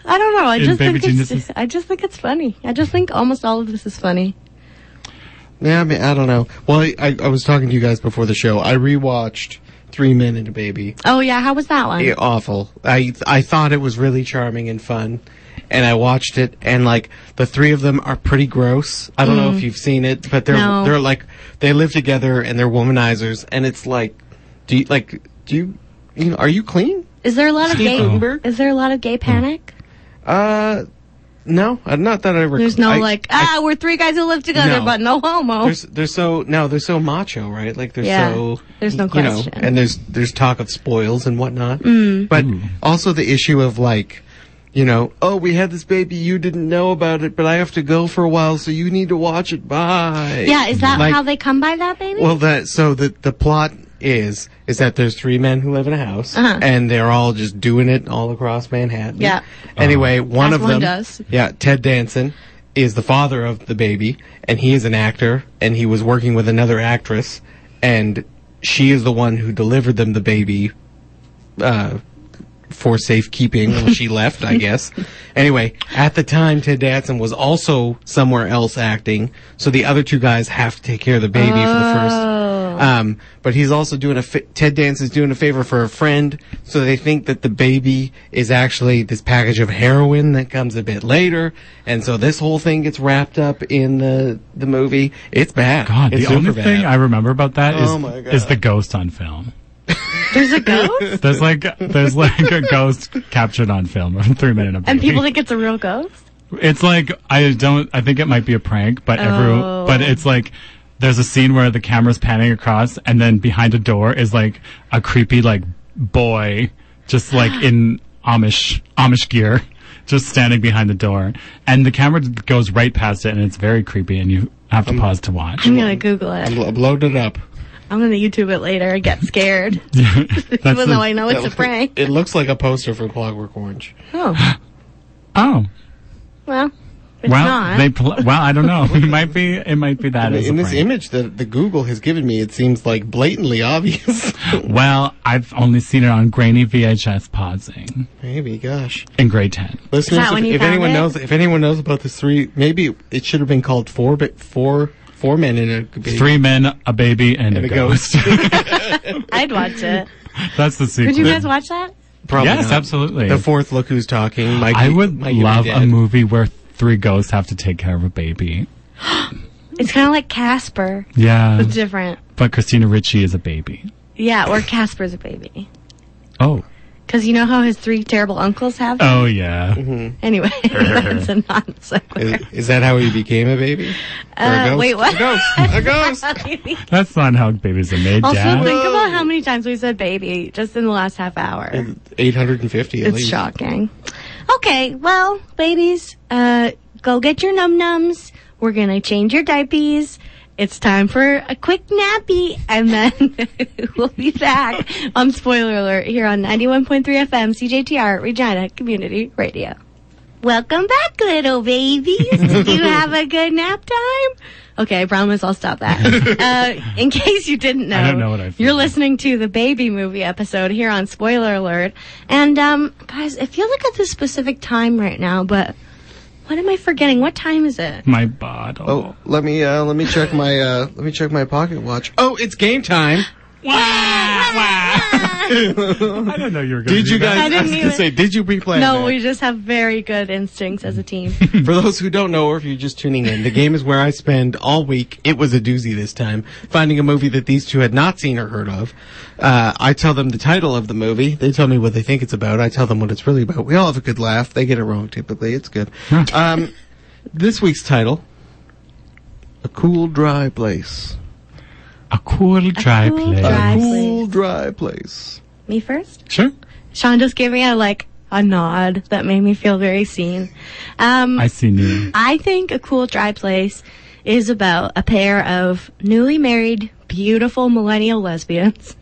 Speaker 1: I don't know. I
Speaker 2: In
Speaker 1: just
Speaker 2: Baby
Speaker 1: think it's,
Speaker 2: Geniuses?
Speaker 1: I just think it's funny. I just think almost all of this is funny.
Speaker 3: Yeah, I mean, I don't know. Well, I, I, I was talking to you guys before the show. I rewatched Three Men and a Baby.
Speaker 1: Oh yeah, how was that one?
Speaker 3: Eh, awful. I I thought it was really charming and fun, and I watched it, and like the three of them are pretty gross. I don't know if you've seen it, but they're
Speaker 1: Mm. No.
Speaker 3: they're like they live together and they're womanizers, and it's like, do you like do you you know are you clean?
Speaker 1: Is there a lot of
Speaker 3: Steve
Speaker 1: gay?
Speaker 3: Gutenberg?
Speaker 1: Is there a lot of
Speaker 2: Hmm.
Speaker 1: gay panic?
Speaker 3: Uh, no, I- not that I recall.
Speaker 1: There's no
Speaker 3: I-
Speaker 1: like
Speaker 3: I-
Speaker 1: ah, we're three guys who live together,
Speaker 3: No.
Speaker 1: but no homo.
Speaker 3: There's they're so no they're so macho right like they're
Speaker 1: Yeah.
Speaker 3: so
Speaker 1: There's no
Speaker 3: you know,
Speaker 1: question. Mm.
Speaker 3: and there's there's talk of spoils and whatnot but also the issue of like you know oh we had this baby you didn't know about it but I have to go for a while so you need to watch it bye
Speaker 1: yeah, is that
Speaker 3: Like-
Speaker 1: how they come by that baby?
Speaker 3: well that so the the plot is is that there's three men who live in a house
Speaker 1: Uh-huh.
Speaker 3: and they're all just doing it all across Manhattan
Speaker 1: Yeah.
Speaker 3: anyway one
Speaker 1: As
Speaker 3: of
Speaker 1: one
Speaker 3: them
Speaker 1: does.
Speaker 3: yeah, Ted Danson is the father of the baby, and he is an actor, and he was working with another actress, and she is the one who delivered them the baby uh, for safekeeping when she left, I guess. Anyway, at the time, Ted Danson was also somewhere else acting, so the other two guys have to take care of the baby for the first.
Speaker 1: Oh.
Speaker 3: Um, but he's also doing a fa- Ted Dance is doing a favor for a friend, so they think that the baby is actually this package of heroin that comes a bit later, and so this whole thing gets wrapped up in the the movie. It's bad.
Speaker 2: God,
Speaker 3: it's
Speaker 2: the only
Speaker 3: super bad.
Speaker 2: thing I remember about that is
Speaker 3: Oh my God.
Speaker 2: is the ghost on film.
Speaker 1: There's a ghost?
Speaker 2: There's like there's like a ghost captured on film, a three minute of
Speaker 1: and
Speaker 2: movie.
Speaker 1: people think it's a real ghost?
Speaker 2: It's like I don't. I think it might be a prank, but
Speaker 1: Oh.
Speaker 2: every but it's like there's a scene where the camera's panning across, and then behind a door is like a creepy like boy, just like in Amish Amish gear, just standing behind the door, and the camera goes right past it, and it's very creepy, and you have to
Speaker 3: Mm.
Speaker 2: pause to watch.
Speaker 1: I'm gonna Google it.
Speaker 3: Lo- load it up.
Speaker 1: I'm gonna YouTube it later and get scared.
Speaker 2: That's
Speaker 1: even
Speaker 2: the-
Speaker 1: though I know it's a prank.
Speaker 3: It looks like a poster for Clockwork Orange.
Speaker 1: Oh.
Speaker 2: oh.
Speaker 1: Well, it's
Speaker 2: Well,
Speaker 1: not.
Speaker 2: they pl- well, I don't know. It might be. It might be that as a
Speaker 3: in this
Speaker 2: prank.
Speaker 3: image that the Google has given me, it seems like blatantly obvious.
Speaker 2: Well, I've only seen it on grainy VHS pausing
Speaker 3: Maybe, gosh.
Speaker 2: in grade 10.
Speaker 3: Listeners,
Speaker 1: that
Speaker 3: if,
Speaker 1: when you
Speaker 3: if
Speaker 1: found
Speaker 3: anyone
Speaker 1: it?
Speaker 3: knows, if anyone knows about this three, maybe it should have been called four, but four, four men in a baby.
Speaker 2: Three men, a baby, and, a
Speaker 3: And a ghost.
Speaker 2: ghost.
Speaker 1: I'd watch it.
Speaker 2: That's the sequel.
Speaker 1: Would you guys watch that?
Speaker 3: Probably
Speaker 2: Yes,
Speaker 3: not.
Speaker 2: absolutely.
Speaker 3: The fourth, look who's talking. Mikey,
Speaker 2: I would
Speaker 3: Mikey
Speaker 2: love
Speaker 3: Dad.
Speaker 2: a movie where three ghosts have to take care of a baby.
Speaker 1: It's kind of like Casper,
Speaker 2: Yeah.
Speaker 1: but different.
Speaker 2: But Christina Ricci is a baby.
Speaker 1: Yeah, or Casper's a baby.
Speaker 2: Oh.
Speaker 1: Because you know how his three terrible uncles have?
Speaker 2: Oh,
Speaker 3: Mm-hmm.
Speaker 2: yeah.
Speaker 1: Anyway, that's a non sequitur.
Speaker 3: Is, is that how he became a baby? Or a
Speaker 1: Uh,
Speaker 3: ghost?
Speaker 1: wait, what?
Speaker 3: A ghost. A ghost.
Speaker 2: That's not how babies are made,
Speaker 1: also,
Speaker 2: Dad.
Speaker 1: think about how many times we said baby just in the last half hour.
Speaker 3: 850 at
Speaker 1: it's
Speaker 3: least.
Speaker 1: shocking. Okay, well, babies, uh, go get your num nums. We're gonna change your diapers. It's time for a quick nappy, and then we'll be back on Spoiler Alert here on 91.3 FM CJTR Regina Community Radio. Welcome back, little babies. Do you have a good nap time? Okay, I promise I'll stop that. uh, in case you didn't know,
Speaker 2: I don't know what I feel.
Speaker 1: you're listening to the baby movie episode here on Spoiler Alert. And um, guys, if you look at the specific time right now, but what am I forgetting? What time is it?
Speaker 2: My bottle.
Speaker 3: Oh, let me, uh, let me check my, uh, let me check my pocket watch. Oh, it's game time.
Speaker 2: I don't know you were going
Speaker 3: Did you guys,
Speaker 1: I
Speaker 3: I,
Speaker 1: didn't
Speaker 3: was
Speaker 1: either.
Speaker 3: gonna say, did you pre-plan
Speaker 1: no,
Speaker 3: that?
Speaker 1: we just have very good instincts as a team.
Speaker 3: For those who don't know, or if you're just tuning in, the game is where I spend all week. It was a doozy this time, finding a movie that these two had not seen or heard of. Uh, I tell them the title of the movie. They tell me what they think it's about. I tell them what it's really about. We all have a good laugh. They get it wrong typically. It's good. um, this week's title, A Cool Dry Place.
Speaker 2: A cool dry
Speaker 1: cool
Speaker 2: place.
Speaker 1: dry-
Speaker 3: A
Speaker 1: Dry
Speaker 3: cool dry place.
Speaker 1: me first.
Speaker 2: Sure.
Speaker 1: Sean just gave me a like a nod that made me feel very seen. Um,
Speaker 2: I see you.
Speaker 1: I think a cool dry place is about a pair of newly married, beautiful millennial lesbians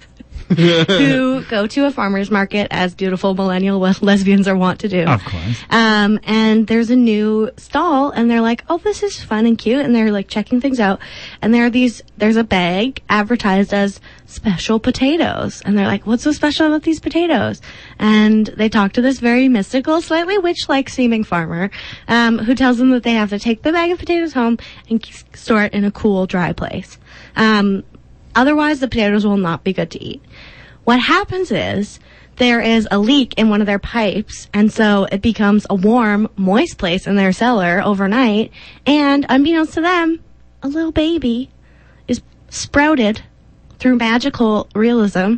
Speaker 1: who go to a farmer's market as beautiful millennial le- lesbians are wont to do.
Speaker 2: Of course.
Speaker 1: Um, and there's a new stall and they're like, oh, this is fun and cute. And they're like checking things out. And there are these, there's a bag advertised as special potatoes. And they're like, what's so special about these potatoes? And they talk to this very mystical, slightly witch-like seeming farmer, um, who tells them that they have to take the bag of potatoes home and k- store it in a cool, dry place. Um, otherwise the potatoes will not be good to eat. What happens is there is a leak in one of their pipes, and so it becomes a warm, moist place in their cellar overnight. And unbeknownst to them, a little baby is sprouted through magical realism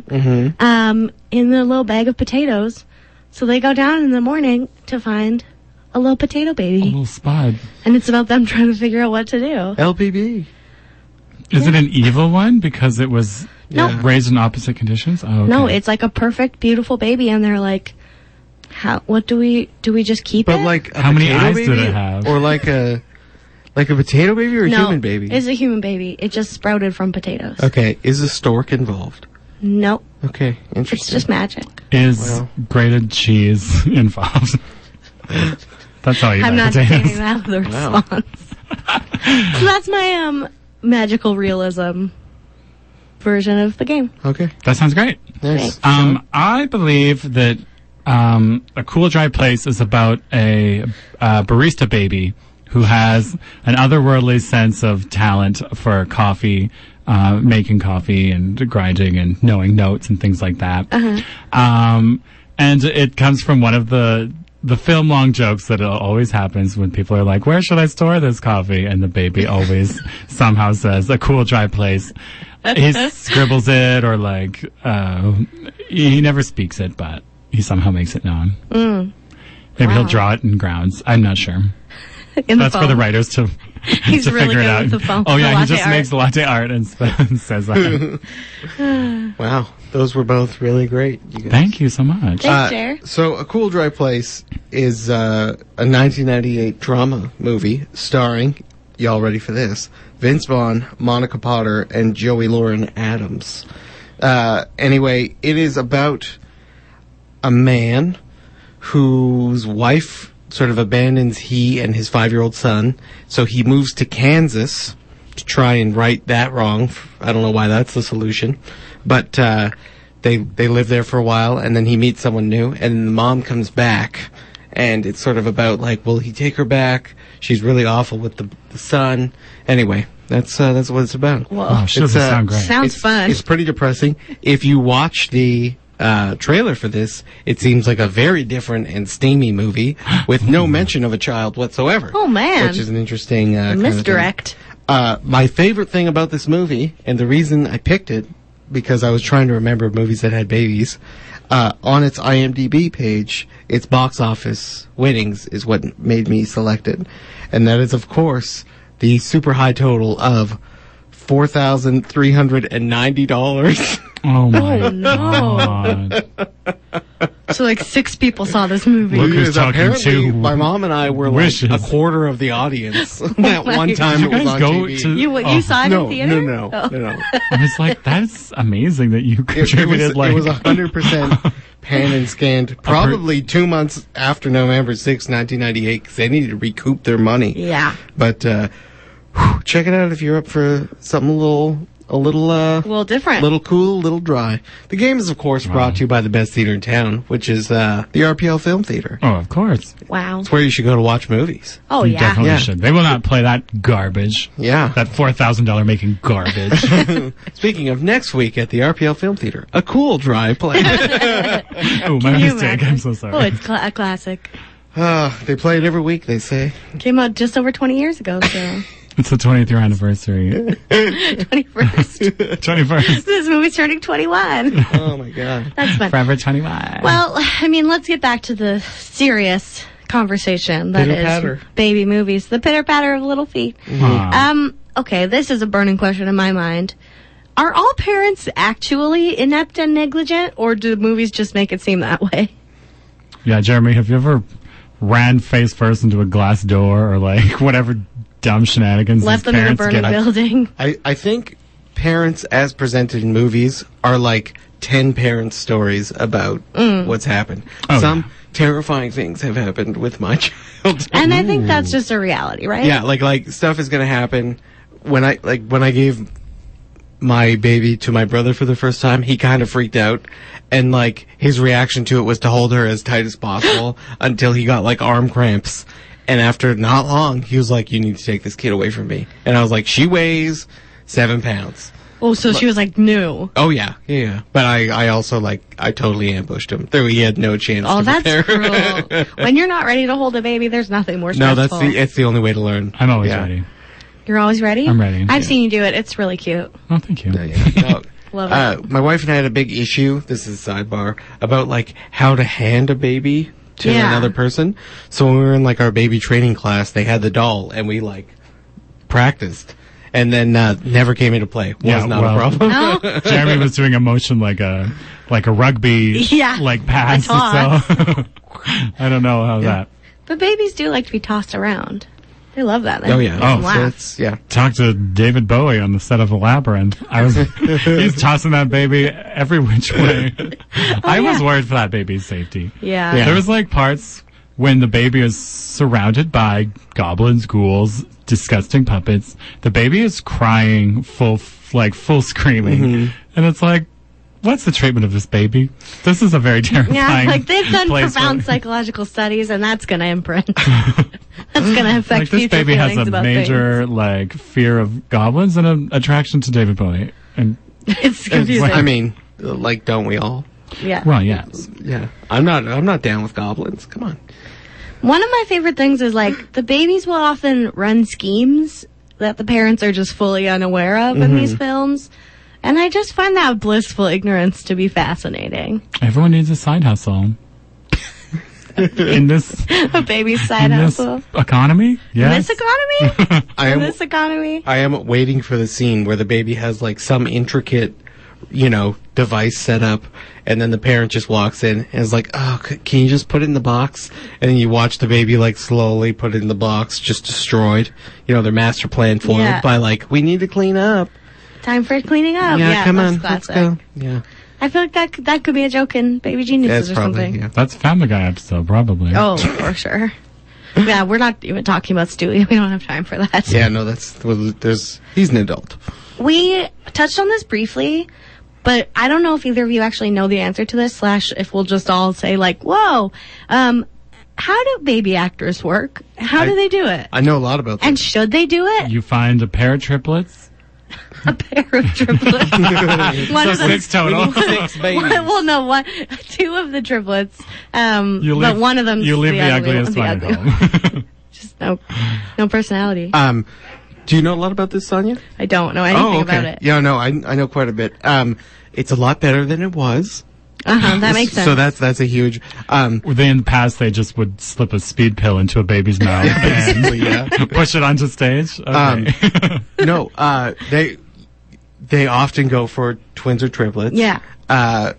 Speaker 1: um, in the little bag of potatoes. So they go down in the morning to find a little potato baby,
Speaker 2: Little spot.
Speaker 1: and it's about them trying to figure out what to do.
Speaker 3: LPB.
Speaker 2: Is it an evil one because it was
Speaker 1: No.
Speaker 2: raised in opposite conditions? Oh, okay.
Speaker 1: No, it's like a perfect, beautiful baby, and they're like, "How? What do we do? We just keep
Speaker 3: But
Speaker 1: it?"
Speaker 3: like a
Speaker 2: How many
Speaker 3: potato
Speaker 2: eyes
Speaker 3: baby?
Speaker 2: did it have?
Speaker 3: Or like a, like a potato baby or a
Speaker 1: no,
Speaker 3: human baby?
Speaker 1: It's a human baby. It just sprouted from potatoes.
Speaker 3: okay, is a stork involved?
Speaker 1: No,
Speaker 3: Okay, interesting.
Speaker 1: it's just magic.
Speaker 2: is
Speaker 3: Well.
Speaker 2: grated cheese involved. That's all you
Speaker 1: I'm not
Speaker 2: like potatoes.
Speaker 1: saying that with a response. so that's my um magical realism version of the game.
Speaker 3: Okay.
Speaker 2: That sounds great.
Speaker 3: Nice.
Speaker 2: Um, I believe that um, a cool dry place is about a uh, barista baby who has an otherworldly sense of talent for coffee uh, making coffee and grinding and knowing notes and things like that. Um, and it comes from one of the the film long jokes that always happens when people are like, "Where should I store this coffee?" and the baby always somehow says, "A cool, dry place." He scribbles it, or like uh, he he never speaks it, but he somehow makes it known. Maybe he'll
Speaker 1: Mm. Wow.
Speaker 2: draw it in grounds. I'm not sure.
Speaker 1: In
Speaker 2: That's
Speaker 1: the
Speaker 2: for the
Speaker 1: phone.
Speaker 2: writers to,
Speaker 1: He's
Speaker 2: to
Speaker 1: really
Speaker 2: figure
Speaker 1: good
Speaker 2: it out.
Speaker 1: with the phone.
Speaker 2: Oh yeah,
Speaker 1: The
Speaker 2: he just
Speaker 1: latte
Speaker 2: makes
Speaker 1: art.
Speaker 2: latte art and, sp- and says that.
Speaker 3: Wow, those were both really great. You guys.
Speaker 2: Thank you so much.
Speaker 1: Thanks, Jer.
Speaker 3: Uh, So, A Cool Dry Place is uh, a 1998 drama movie starring, y'all ready for this, Vince Vaughn, Monica Potter, and Joey Lauren Adams. Uh, anyway, it is about a man whose wife sort of abandons he and his five year old son. So he moves to Kansas to try and right that wrong. I don't know why that's the solution, but uh, they they live there for a while, and then he meets someone new, and the mom comes back, and it's sort of about like, will he take her back? She's really awful with the, the son. Anyway, that's uh, that's what it's about.
Speaker 2: Oh, she
Speaker 3: It's,
Speaker 2: doesn't
Speaker 3: uh,
Speaker 2: sound great.
Speaker 1: Sounds
Speaker 3: it's,
Speaker 1: fun.
Speaker 3: It's pretty depressing. If you watch the uh, trailer for this, it seems like a very different and steamy movie with no mention of a child whatsoever.
Speaker 1: Hmm. Oh, man.
Speaker 3: which is an interesting uh, kind of thing.
Speaker 1: Misdirect.
Speaker 3: Uh, my favorite thing about this movie, and the reason I picked it, because I was trying to remember movies that had babies. Uh, on its IMDb page, its box office winnings is what made me select it, and that is, of course, the super high total of four thousand three hundred and ninety dollars.
Speaker 2: Oh my
Speaker 1: Oh, no.
Speaker 2: god.
Speaker 1: So like six people saw this movie.
Speaker 2: Look who's
Speaker 3: Because
Speaker 2: talking
Speaker 3: apparently
Speaker 2: to
Speaker 3: My mom and I were like
Speaker 2: wishes.
Speaker 3: a quarter of the audience that one time
Speaker 2: Did you
Speaker 3: it was
Speaker 2: guys
Speaker 3: on
Speaker 2: go
Speaker 3: TV.
Speaker 2: to?
Speaker 1: You what
Speaker 2: oh,
Speaker 1: you saw it
Speaker 3: no,
Speaker 1: in theater?
Speaker 3: no, no,
Speaker 1: Oh.
Speaker 3: no, no.
Speaker 2: I was like, that's amazing that you
Speaker 3: It, it
Speaker 2: contributed.
Speaker 3: was,
Speaker 2: like,
Speaker 3: it was 100% pan and scanned probably two months after November 6, 1998, because they needed to recoup their money.
Speaker 1: Yeah.
Speaker 3: But uh, whew, check it out if you're up for something a little, a little, uh,
Speaker 1: Well, different.
Speaker 3: little cool, little dry. The game is, of course, brought to you by the best theater in town, which is uh, the RPL Film Theater.
Speaker 2: oh, of course.
Speaker 1: wow.
Speaker 3: It's where you should go to watch movies.
Speaker 1: Oh
Speaker 2: you
Speaker 1: yeah.
Speaker 2: definitely
Speaker 3: Yeah.
Speaker 2: should. They will not play that garbage.
Speaker 3: Yeah.
Speaker 2: That four thousand dollar making garbage.
Speaker 3: Speaking of next week at the RPL Film Theater, a cool dry play.
Speaker 2: oh, my
Speaker 1: Can you
Speaker 2: mistake.
Speaker 1: imagine?
Speaker 2: I'm so sorry.
Speaker 1: Oh, it's cla a classic.
Speaker 3: Ah, they play it every week, they say.
Speaker 1: Came out just over 20 years ago, so
Speaker 2: It's the 20th year anniversary.
Speaker 1: 21st.
Speaker 2: 21st.
Speaker 1: this movie's turning 21.
Speaker 3: Oh my god.
Speaker 1: That's fun.
Speaker 2: Forever 21.
Speaker 1: Well, I mean, let's get back to the serious conversation that is
Speaker 3: Pitter-patter.
Speaker 1: baby movies, the pitter patter of little feet.
Speaker 2: Mm. Aw.
Speaker 1: Um, okay, this is a burning question in my mind. Are all parents actually inept and negligent, or do movies just make it seem that way?
Speaker 2: yeah, Jeremy, have you ever ran face first into a glass door or like whatever dumb shenanigans
Speaker 1: Left
Speaker 2: these
Speaker 1: them in a
Speaker 2: parents
Speaker 1: burning
Speaker 2: get up-
Speaker 1: building.
Speaker 3: I, I think parents as presented in movies are like 10 parents stories about what's happened.
Speaker 2: Oh,
Speaker 3: Some
Speaker 2: yeah.
Speaker 3: terrifying things have happened with my child.
Speaker 1: And I think that's just a reality, right?
Speaker 3: yeah, like like stuff is going to happen when I like when I gave my baby to my brother for the first time, he kind of freaked out and like his reaction to it was to hold her as tight as possible until he got like arm cramps. And after not long, he was like, "You need to take this kid away from me." And I was like, "She weighs 7 pounds."
Speaker 1: Oh, so she was like, no.
Speaker 3: Oh yeah, yeah. yeah. But I, I also like, I totally ambushed him. There, he had no chance.
Speaker 1: Oh,
Speaker 3: to
Speaker 1: that's
Speaker 3: prepare.
Speaker 1: cruel. when you're not ready to hold a baby, there's nothing more
Speaker 3: no,
Speaker 1: stressful.
Speaker 3: that's the. It's the only way to learn.
Speaker 2: I'm always
Speaker 3: Yeah.
Speaker 2: ready.
Speaker 1: You're always ready?
Speaker 2: I'm ready.
Speaker 1: I've
Speaker 2: Yeah.
Speaker 1: seen you do it. It's really cute.
Speaker 2: Oh, thank you.
Speaker 3: Yeah, yeah. No.
Speaker 1: Love
Speaker 3: uh, my wife and I had a big issue. This is sidebar about like how to hand a baby to
Speaker 1: Yeah.
Speaker 3: another person. So when we were in like our baby training class, they had the doll, and we like practiced, and then uh, never came into play. Was
Speaker 2: Yeah,
Speaker 3: not
Speaker 2: well-
Speaker 3: a problem.
Speaker 1: No?
Speaker 2: Jeremy was doing a motion like a like a rugby
Speaker 1: Yeah,
Speaker 2: like pass.
Speaker 1: a toss.
Speaker 2: So I don't know how that.
Speaker 1: But babies do like to be tossed around. They love that. They
Speaker 3: Oh yeah.
Speaker 2: Oh,
Speaker 3: So
Speaker 1: laugh.
Speaker 3: it's- yeah.
Speaker 2: Talk to David Bowie on the set of The Labyrinth. I was he's tossing that baby every which way. I was
Speaker 1: Oh, yeah.
Speaker 2: worried for that baby's safety.
Speaker 1: Yeah.
Speaker 3: Yeah.
Speaker 2: There was like parts when the baby is surrounded by goblins, ghouls, disgusting puppets. The baby is crying, full like full screaming, and it's like, what's the treatment of this baby? This is a very terrifying.
Speaker 1: Yeah, like they've done
Speaker 2: place for-
Speaker 1: profound psychological studies, and that's going to imprint. That's going to affect
Speaker 2: like this
Speaker 1: future
Speaker 2: baby has
Speaker 1: feelings
Speaker 2: a
Speaker 1: about
Speaker 2: major
Speaker 1: things.
Speaker 2: like fear of goblins and an attraction to David Bowie. And
Speaker 1: It's
Speaker 3: It's-
Speaker 1: confusing.
Speaker 3: I mean, like, don't we all?
Speaker 1: yeah.
Speaker 2: well, yes,
Speaker 3: Yeah, I'm not. I'm not down with goblins. Come on.
Speaker 1: One of my favorite things is like the babies will often run schemes that the parents are just fully unaware of in
Speaker 3: Mm-hmm.
Speaker 1: these films. And I just find that blissful ignorance to be fascinating.
Speaker 2: everyone needs a side hustle. in this,
Speaker 1: A baby's side
Speaker 2: in this
Speaker 1: hustle.
Speaker 2: economy, yes,
Speaker 1: This economy?
Speaker 3: I am.
Speaker 1: this economy?
Speaker 3: I am waiting for the scene where the baby has like some intricate, you know, device set up, and then the parent just walks in and is like, "Oh, c- can you just put it in the box?" And then you watch the baby like slowly put it in the box, just destroyed. You know, their master plan foiled
Speaker 1: Yeah.
Speaker 3: by like, "We need to clean up."
Speaker 1: Time for cleaning up.
Speaker 3: yeah,
Speaker 1: Yeah,
Speaker 3: come
Speaker 1: that's
Speaker 3: on, let's
Speaker 1: classic.
Speaker 3: go. Yeah,
Speaker 1: I feel like that c- that could be a joke in Baby Geniuses
Speaker 3: that's
Speaker 1: or
Speaker 3: probably
Speaker 1: something.
Speaker 3: yeah.
Speaker 2: that's Family Guy episode probably.
Speaker 1: Oh, for sure. Yeah, we're not even talking about Stewie. We don't have time for that.
Speaker 3: Yeah, no, that's well, there's he's an adult.
Speaker 1: We touched on this briefly, but I don't know if either of you actually know the answer to this. Slash, if we'll just all say like, "Whoa, um, how do baby actors work? How do
Speaker 3: I-
Speaker 1: they do it?
Speaker 3: I know a lot about that.
Speaker 1: and should they do it?"
Speaker 2: You find a pair of triplets,
Speaker 1: a pair of triplets. one of them.
Speaker 2: six total.
Speaker 3: Six babies.
Speaker 1: Well, no, one, two of the triplets. Um,
Speaker 2: You leave
Speaker 1: but one of them.
Speaker 2: You leave the, ugliest
Speaker 1: the
Speaker 2: one at
Speaker 1: ugly
Speaker 2: home. Uh,
Speaker 1: Just no, no personality.
Speaker 3: Um, do you know a lot about this, Sonia?
Speaker 1: I don't know anything
Speaker 2: oh,
Speaker 1: about it.
Speaker 3: Yeah, no, I I know quite a bit. Um, it's a lot better than it was.
Speaker 1: Uh-huh, that makes sense.
Speaker 3: So that's that's a huge. Um,
Speaker 2: they in the past they just would slip a speed pill into a baby's mouth and
Speaker 3: yeah.
Speaker 2: push it onto stage. Okay.
Speaker 3: Um, no, uh, they they often go for twins or triplets.
Speaker 1: Yeah.
Speaker 3: Uh,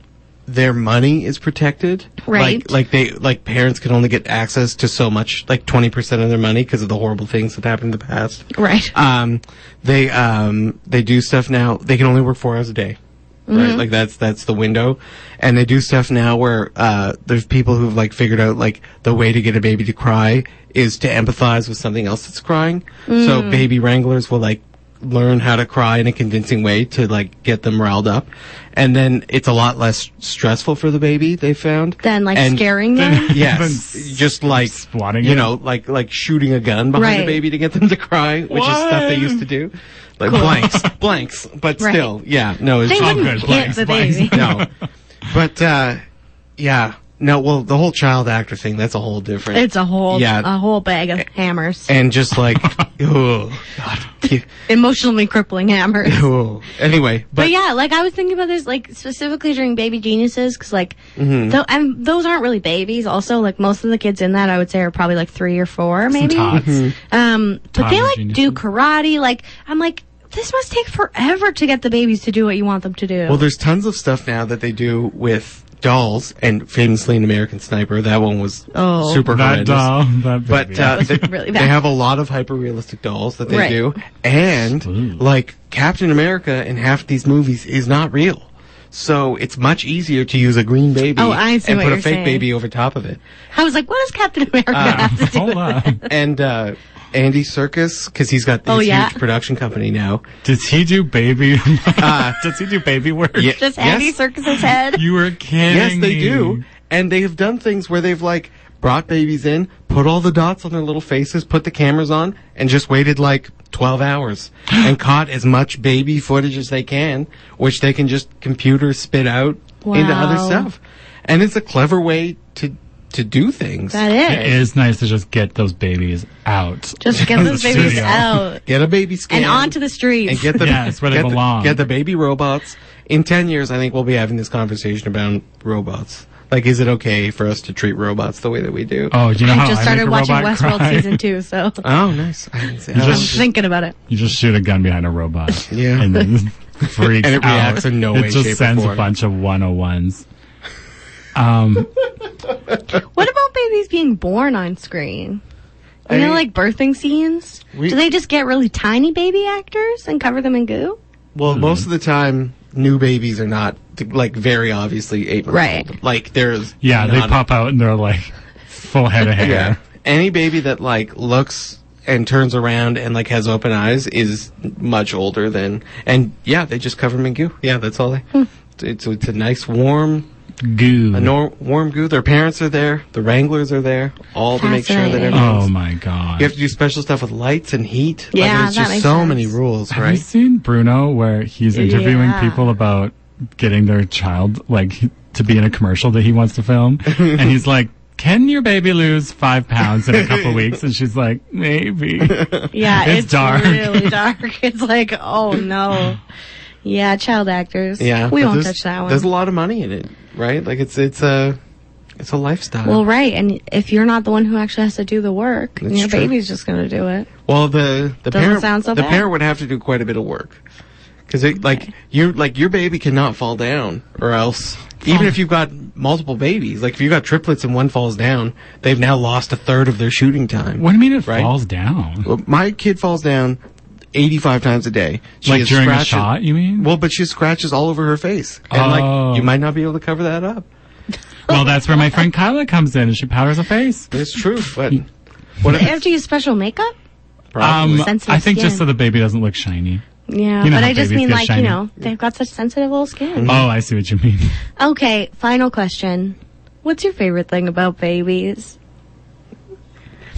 Speaker 3: their money is protected.
Speaker 1: Right.
Speaker 3: Like, like they like parents can only get access to so much, like twenty percent of their money because of the horrible things that happened in the past.
Speaker 1: right.
Speaker 2: uh,
Speaker 3: Um, they um they do stuff now. They can only work four hours a day. Right, like that's that's the window, and they do stuff now where uh, there's people who've like figured out like the way to get a baby to cry is to empathize with something else that's crying. So baby wranglers will like learn how to cry in a convincing way to like get them riled up, and then it's a lot less stressful for the baby. They found
Speaker 1: then like
Speaker 3: And-
Speaker 1: scaring them.
Speaker 3: Yes,
Speaker 2: Than s-
Speaker 3: just like
Speaker 2: swatting
Speaker 3: you
Speaker 2: it.
Speaker 3: know, like like shooting a gun behind
Speaker 1: Right.
Speaker 3: a baby to get them to cry, which is stuff they
Speaker 2: What?
Speaker 3: used to do, like blanks, blanks. But
Speaker 1: Right.
Speaker 3: still, yeah, no, it's
Speaker 1: They
Speaker 2: all
Speaker 1: wouldn't
Speaker 2: good,
Speaker 1: hit
Speaker 2: blanks,
Speaker 1: the
Speaker 2: blanks.
Speaker 1: baby.
Speaker 3: no. But uh, yeah, no. Well, the whole child actor thing—that's a whole different.
Speaker 1: It's a whole
Speaker 3: Yeah.
Speaker 1: a whole bag of hammers.
Speaker 3: and just like, oh, God. You-
Speaker 1: Emotionally crippling hammers.
Speaker 3: oh. Anyway,
Speaker 1: But,
Speaker 3: but,
Speaker 1: yeah, like I was thinking about this, like specifically during Baby Geniuses, because like, tho- and those aren't really babies. Also, like most of the kids in that, I would say, are probably like three or four, maybe.
Speaker 2: tots. Mhm.
Speaker 1: Um, but they
Speaker 2: Toddler
Speaker 1: like do
Speaker 2: geniuses.
Speaker 1: karate. Like I'm like, this must take forever to get the babies to do what you want them to do.
Speaker 3: well, there's tons of stuff now that they do with dolls, and famously in American Sniper, that one was
Speaker 1: Oh.
Speaker 3: super
Speaker 2: that
Speaker 3: horrendous.
Speaker 2: doll, that
Speaker 3: But
Speaker 2: baby.
Speaker 3: uh,
Speaker 1: was
Speaker 3: they,
Speaker 1: really
Speaker 3: they
Speaker 1: bad.
Speaker 3: have a lot of hyper realistic dolls that they
Speaker 1: Right.
Speaker 3: do, and like Captain America in half these movies is not real. So it's much easier to use a green baby
Speaker 1: Oh, I see
Speaker 3: and
Speaker 1: what
Speaker 3: put a
Speaker 1: you're
Speaker 3: fake
Speaker 1: saying.
Speaker 3: baby over top of it.
Speaker 1: I was like, what does Captain America have to do?
Speaker 2: Hold
Speaker 1: with it?
Speaker 2: on.
Speaker 3: And uh, Andy Circus, because he's got this
Speaker 1: Oh, yeah.
Speaker 3: huge production company now.
Speaker 2: Does he do baby?
Speaker 3: Uh,
Speaker 2: does he do baby work?
Speaker 3: Ye-
Speaker 1: Just Andy
Speaker 3: yes,
Speaker 1: Circus's head.
Speaker 2: You were kidding.
Speaker 3: Yes, they
Speaker 2: me.
Speaker 3: do, and they have done things where they've like brought babies in, put all the dots on their little faces, put the cameras on, and just waited like 12 hours and caught as much baby footage as they can, which they can just computer spit out into other
Speaker 1: Wow.
Speaker 3: stuff. And it's a clever way to to do things.
Speaker 1: that
Speaker 2: It
Speaker 1: is.
Speaker 2: is nice to just get those babies out.
Speaker 1: Just get those babies
Speaker 2: Studio.
Speaker 1: out
Speaker 3: Get a baby scan
Speaker 1: and onto the streets.
Speaker 3: and get the
Speaker 2: Yes, where they
Speaker 3: get the-
Speaker 2: belong.
Speaker 3: get the baby robots. In ten years, I think we'll be having this conversation about robots. Like, is it okay for us to treat robots the way that we do?
Speaker 2: Oh, you know how
Speaker 1: I just started
Speaker 2: make a
Speaker 1: watching
Speaker 2: robot
Speaker 1: Westworld
Speaker 2: cry?
Speaker 1: season two, so
Speaker 3: Oh, nice. I didn't say
Speaker 2: You
Speaker 3: oh.
Speaker 1: I'm
Speaker 2: just-
Speaker 1: thinking about it.
Speaker 2: You just shoot a gun behind a robot.
Speaker 3: Yeah.
Speaker 2: And then freaks
Speaker 3: And it reacts
Speaker 2: out.
Speaker 3: in no
Speaker 2: it
Speaker 3: way,
Speaker 2: just
Speaker 3: shape, or
Speaker 2: sends a
Speaker 3: form.
Speaker 2: bunch of 101s. Um,
Speaker 1: What about babies being born on screen? You know,
Speaker 3: I-
Speaker 1: like birthing scenes.
Speaker 3: We-
Speaker 1: Do they just get really tiny baby actors and cover them in goo?
Speaker 3: well, most of the time, new babies are not like very obviously eight months
Speaker 1: Right.
Speaker 3: old. Like there's
Speaker 2: yeah, they
Speaker 3: not-
Speaker 2: pop out and they're like full head of hair.
Speaker 3: Yeah, any baby that like looks and turns around and like has open eyes is much
Speaker 1: Hmm.
Speaker 3: older than. And yeah, they just cover them in goo. Yeah, that's all they. It's it's a nice warm
Speaker 2: goo.
Speaker 3: A nor- warm goo. Their parents are there. The Wranglers are there, all to make sure that
Speaker 1: Fascinating.
Speaker 3: everyone's.
Speaker 2: oh my god.
Speaker 3: You have to do special stuff with lights and heat. Like,
Speaker 1: Yeah,
Speaker 3: there's
Speaker 1: that
Speaker 3: just
Speaker 1: makes
Speaker 3: so
Speaker 1: sense.
Speaker 3: many rules,
Speaker 2: Have you
Speaker 3: right?
Speaker 2: seen Bruno where he's interviewing
Speaker 1: Yeah.
Speaker 2: people about getting their child like he- to be in a commercial that he wants to film, and he's like, "Can your baby lose five pounds in a couple weeks?" And she's like, "Maybe."
Speaker 1: Yeah,
Speaker 2: It's
Speaker 1: it's,
Speaker 2: dark.
Speaker 1: really dark. It's like, oh no. Yeah, child actors.
Speaker 3: Yeah,
Speaker 1: we
Speaker 3: but
Speaker 1: won't
Speaker 3: there's-
Speaker 1: touch that
Speaker 3: There's a
Speaker 1: one.
Speaker 3: lot of money in it, right? Like it's it's a it's a lifestyle.
Speaker 1: Well, right, and if you're not the one who actually has to do the work,
Speaker 3: That's
Speaker 1: your
Speaker 3: true.
Speaker 1: baby's just gonna do it.
Speaker 3: Well, the the
Speaker 1: Doesn't
Speaker 3: parent
Speaker 1: sound so
Speaker 3: the
Speaker 1: bad.
Speaker 3: parent would have to do quite a bit of work because like you like your baby cannot fall down or else even if you've got multiple babies like if you've got triplets and one falls down they've now lost a third of their shooting time.
Speaker 2: what do you mean it
Speaker 3: Right.
Speaker 2: falls down?
Speaker 3: Well, My kid falls down eighty five times a day. She
Speaker 2: like
Speaker 3: has
Speaker 2: during a
Speaker 3: scratches-
Speaker 2: shot, you mean? Well,
Speaker 3: Well, but she has scratches all over her face, and
Speaker 2: Oh.
Speaker 3: like you might not be able to cover that up.
Speaker 2: that's where my friend Kyla comes in, and she powders her face.
Speaker 3: It's true, but what
Speaker 1: They have to use special makeup.
Speaker 2: Um,
Speaker 1: Sensitive
Speaker 2: I think just
Speaker 1: skin.
Speaker 2: so the baby doesn't look shiny.
Speaker 1: Yeah,
Speaker 2: You know
Speaker 1: but
Speaker 2: how
Speaker 1: I just
Speaker 2: babies
Speaker 1: mean
Speaker 2: get
Speaker 1: like
Speaker 2: shiny.
Speaker 1: you know they've got such sensitive little
Speaker 3: Mm-hmm.
Speaker 1: skin.
Speaker 2: Oh, I see what you mean.
Speaker 1: Okay, final question. What's your favorite thing about babies?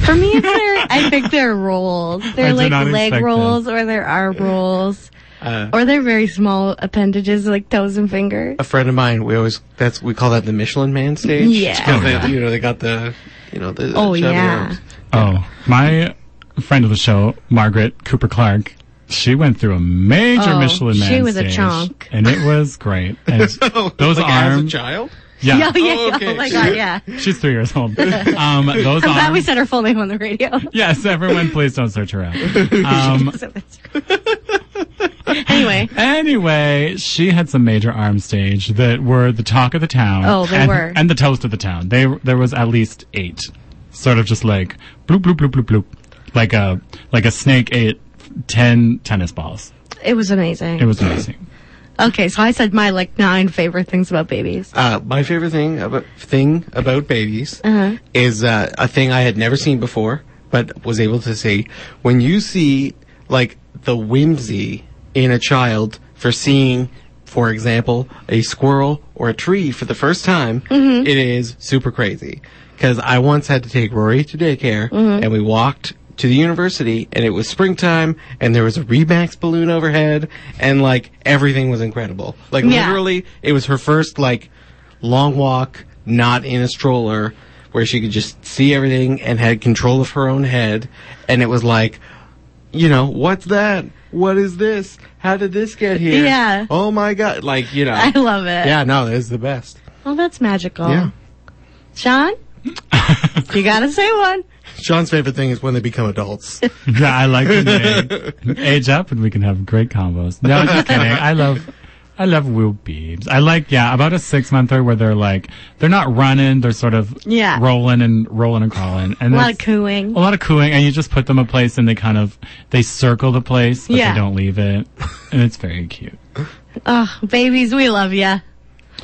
Speaker 1: For me, it's their, I think they're rolls.
Speaker 2: I
Speaker 1: They're
Speaker 2: did
Speaker 1: like
Speaker 2: not
Speaker 1: leg
Speaker 2: expect
Speaker 1: rolls or their arm rolls.
Speaker 3: Uh,
Speaker 1: or their very small appendages like toes and fingers.
Speaker 3: a friend of mine, we always that's we call that the Michelin Man stage.
Speaker 1: Yeah.
Speaker 3: 'Cause they, you know they got the you know the
Speaker 1: Oh,
Speaker 3: chubby
Speaker 1: yeah.
Speaker 3: arms.
Speaker 2: Oh, my friend of the show, Margaret Cooper Clark, she went through a major
Speaker 1: Oh,
Speaker 2: Michelin man
Speaker 1: she was a
Speaker 2: stage,
Speaker 1: chonk.
Speaker 2: and it was great. And those
Speaker 3: like as a
Speaker 2: arms,
Speaker 3: child.
Speaker 2: yeah,
Speaker 1: Yeah, yeah,
Speaker 3: Oh,
Speaker 1: yeah.
Speaker 3: okay.
Speaker 1: oh my god, yeah.
Speaker 2: she's three years old. Um, those
Speaker 1: I'm glad we
Speaker 2: arms,
Speaker 1: said her full name on the radio.
Speaker 2: yes, everyone, please don't search her out. Um,
Speaker 1: anyway,
Speaker 2: Anyway, she had some major arm stage that were the talk of the town.
Speaker 1: Oh, they
Speaker 2: and,
Speaker 1: were.
Speaker 2: And the toast of the town. They there was at least eight, sort of just like bloop bloop bloop bloop bloop, like a like a snake ate ten tennis balls.
Speaker 1: it was amazing.
Speaker 2: It was amazing.
Speaker 1: okay, so I said my like nine favorite things about babies.
Speaker 3: Uh, my favorite thing about thing about babies is uh, a thing I had never seen before, but was able to see. When you see like the whimsy in a child for seeing, for example, a squirrel or a tree for the first time, it is super crazy. Because I once had to take Rory to daycare, and we walked to the university, and it was springtime, and there was a Remax balloon overhead, and like everything was incredible. Like
Speaker 1: Yeah.
Speaker 3: literally it was her first like long walk not in a stroller where she could just see everything and had control of her own head and it was like you know what's that what is this how did this get here
Speaker 1: Yeah.
Speaker 3: oh my god like you know
Speaker 1: I love it.
Speaker 3: yeah no it's the best
Speaker 1: Oh, that's magical.
Speaker 3: Yeah.
Speaker 1: Sean, you gotta say one.
Speaker 3: sean's favorite thing is when they become adults
Speaker 2: Yeah, I like when they age up and we can have great combos. No, I'm just kidding. I love, I love Will Beebs. I like, yeah, about a six monther where they're like, they're not running, they're sort of
Speaker 1: Yeah.
Speaker 2: rolling and rolling and crawling. And
Speaker 1: A lot of
Speaker 2: that's- Oh.
Speaker 1: cooing.
Speaker 2: A lot of cooing, and you just put them a place and they kind of, they circle the place, but
Speaker 1: Yeah.
Speaker 2: they don't leave it. And it's very cute.
Speaker 1: Oh, babies, we love ya.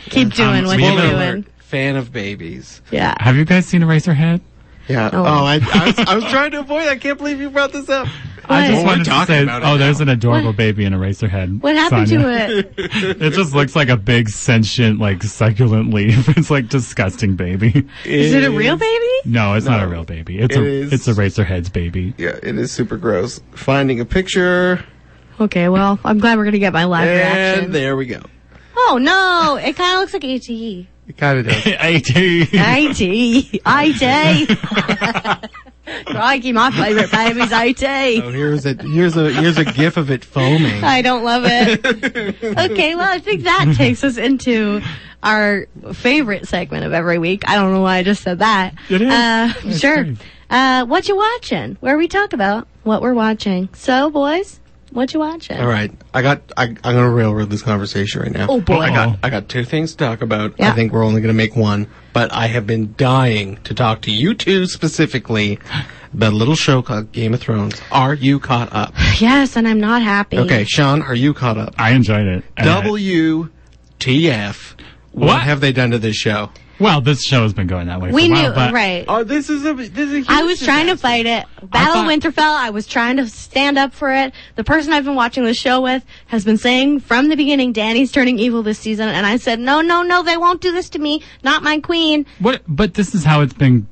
Speaker 1: Keep doing
Speaker 2: Um,
Speaker 1: what
Speaker 2: we
Speaker 1: you're
Speaker 2: love
Speaker 1: doing.
Speaker 3: fan of babies
Speaker 1: Yeah.
Speaker 2: Have you guys seen Eraserhead?
Speaker 3: yeah oh,
Speaker 1: Oh.
Speaker 3: I, I, was, I was trying to avoid i can't believe you brought this up
Speaker 1: What?
Speaker 2: I just
Speaker 1: Well, we're
Speaker 2: wanted to
Speaker 3: talking
Speaker 2: say,
Speaker 3: about it
Speaker 2: oh,
Speaker 3: now.
Speaker 2: there's an adorable
Speaker 1: What?
Speaker 2: baby in Eraserhead.
Speaker 1: What happened to it?
Speaker 2: it? It just looks like a big sentient, like succulent leaf. It's like disgusting baby.
Speaker 1: Is it a real baby?
Speaker 2: No, it's not a
Speaker 3: No.
Speaker 2: real baby. It's
Speaker 3: It
Speaker 2: a
Speaker 3: is-
Speaker 2: it's a Razorhead's baby.
Speaker 3: yeah it is super gross finding a picture
Speaker 1: Okay, well, I'm glad we're gonna get my live reaction.
Speaker 3: and there we go
Speaker 1: Oh no, it kind of looks like E. ATE.
Speaker 3: it kind of does
Speaker 2: AT.
Speaker 1: IT. IT. E. Crikey, my favorite baby's E. IT.
Speaker 3: Oh, here's a here's a here's a gif of it foaming.
Speaker 1: I don't love it. Okay, well, I think that takes us into our favorite segment of every week. I don't know why I just said that.
Speaker 2: It is.
Speaker 1: Uh,
Speaker 2: It's
Speaker 1: sure.
Speaker 2: great.
Speaker 1: Uh, what you watching? Where we talk about what we're watching. So, boys, what you watching?
Speaker 3: All right, I got I, I'm gonna railroad this conversation right now.
Speaker 1: Oh, boy.
Speaker 3: I
Speaker 2: Uh-oh.
Speaker 3: got I got two things to talk about.
Speaker 1: Yeah.
Speaker 3: I think we're only gonna make one, but I have been dying to talk to you two specifically about a little show called Game of Thrones. Are you caught up?
Speaker 1: Yes, and I'm not happy.
Speaker 3: Okay, Sean, are you caught up? Uh,
Speaker 2: I enjoyed it. And I-
Speaker 3: WTF? What,
Speaker 2: What?
Speaker 3: have they done to this show?
Speaker 2: Well, this show has been going that way.
Speaker 1: We
Speaker 2: for a
Speaker 1: knew,
Speaker 2: while, but
Speaker 1: right.
Speaker 3: Oh, this is a this is a huge
Speaker 1: I was trying to
Speaker 3: disaster.
Speaker 1: fight it. Battle
Speaker 2: thought-
Speaker 1: Winterfell, I was trying to stand up for it. The person I've been watching this show with has been saying from the beginning, Danny's turning evil this season. And I said, no, no, no, they won't do this to me. Not my queen.
Speaker 2: What? But this is how it's been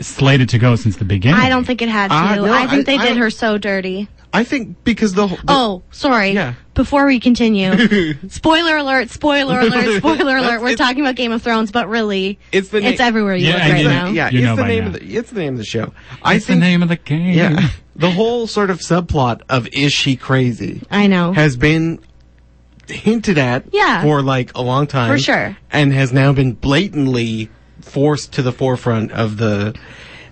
Speaker 2: slated to go since the beginning.
Speaker 1: I don't think it had to.
Speaker 3: Ah, no,
Speaker 1: I think
Speaker 3: I-
Speaker 1: they
Speaker 3: I
Speaker 1: did
Speaker 3: don't-
Speaker 1: her so dirty.
Speaker 3: I think because the, whole- the
Speaker 1: Oh, sorry.
Speaker 3: Yeah.
Speaker 1: Before we continue, spoiler alert, spoiler alert, spoiler alert. We're
Speaker 3: It's-
Speaker 1: talking about Game of Thrones, but really,
Speaker 3: It's the na-
Speaker 1: it's everywhere you
Speaker 2: Yeah,
Speaker 1: look
Speaker 2: I
Speaker 1: right
Speaker 2: knew-
Speaker 1: now.
Speaker 3: yeah,
Speaker 2: You know
Speaker 3: it's the
Speaker 2: by
Speaker 3: name
Speaker 2: now.
Speaker 3: of the it's the name of the show. I
Speaker 2: It's the
Speaker 3: think
Speaker 2: name of the game.
Speaker 3: yeah, the whole sort of subplot of is she crazy
Speaker 1: I know.
Speaker 3: has been hinted at
Speaker 1: Yeah.
Speaker 3: for like a long time
Speaker 1: For sure.
Speaker 3: and has now been blatantly forced to the forefront of the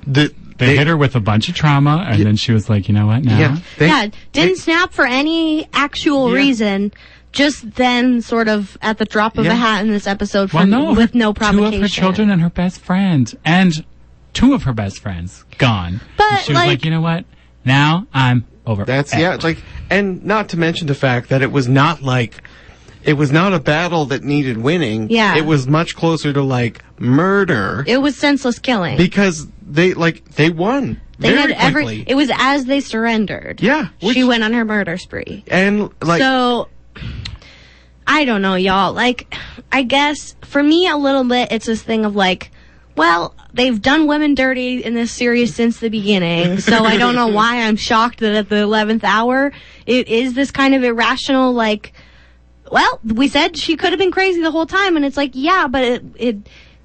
Speaker 3: the
Speaker 2: They, hit her with a bunch of trauma, and then she was like, "You know what? Now,
Speaker 3: yeah they-
Speaker 1: yeah, didn't
Speaker 3: they-
Speaker 1: snap for any actual
Speaker 3: Yeah.
Speaker 1: reason. Just then, sort of at the drop of a
Speaker 3: Yeah.
Speaker 1: hat in this episode,
Speaker 2: well,
Speaker 1: from,
Speaker 2: no,
Speaker 1: with no
Speaker 2: two
Speaker 1: provocation.
Speaker 2: of her children and her best friend, and two of her best friends gone.
Speaker 1: But,
Speaker 2: And she was like,
Speaker 1: like-
Speaker 2: "You know what? Now I'm over."
Speaker 3: That's
Speaker 2: it."
Speaker 3: yeah, it's like and not to mention the fact that it was not like it was not a battle that needed winning.
Speaker 1: Yeah.
Speaker 3: It was much closer to like murder
Speaker 1: It was senseless killing.
Speaker 3: because they like they won
Speaker 1: they
Speaker 3: very
Speaker 1: had every.
Speaker 3: quickly.
Speaker 1: It was as they surrendered.
Speaker 3: yeah.
Speaker 1: she went on her murder spree.
Speaker 3: and like
Speaker 1: so I don't know, y'all. Like, I guess for me, a little bit, it's this thing of like, well, they've done women dirty in this series since the beginning, so I don't know why I'm shocked that at the eleventh hour it is this kind of irrational like. Well, we said she could have been crazy the whole time, and it's like, yeah, but it it,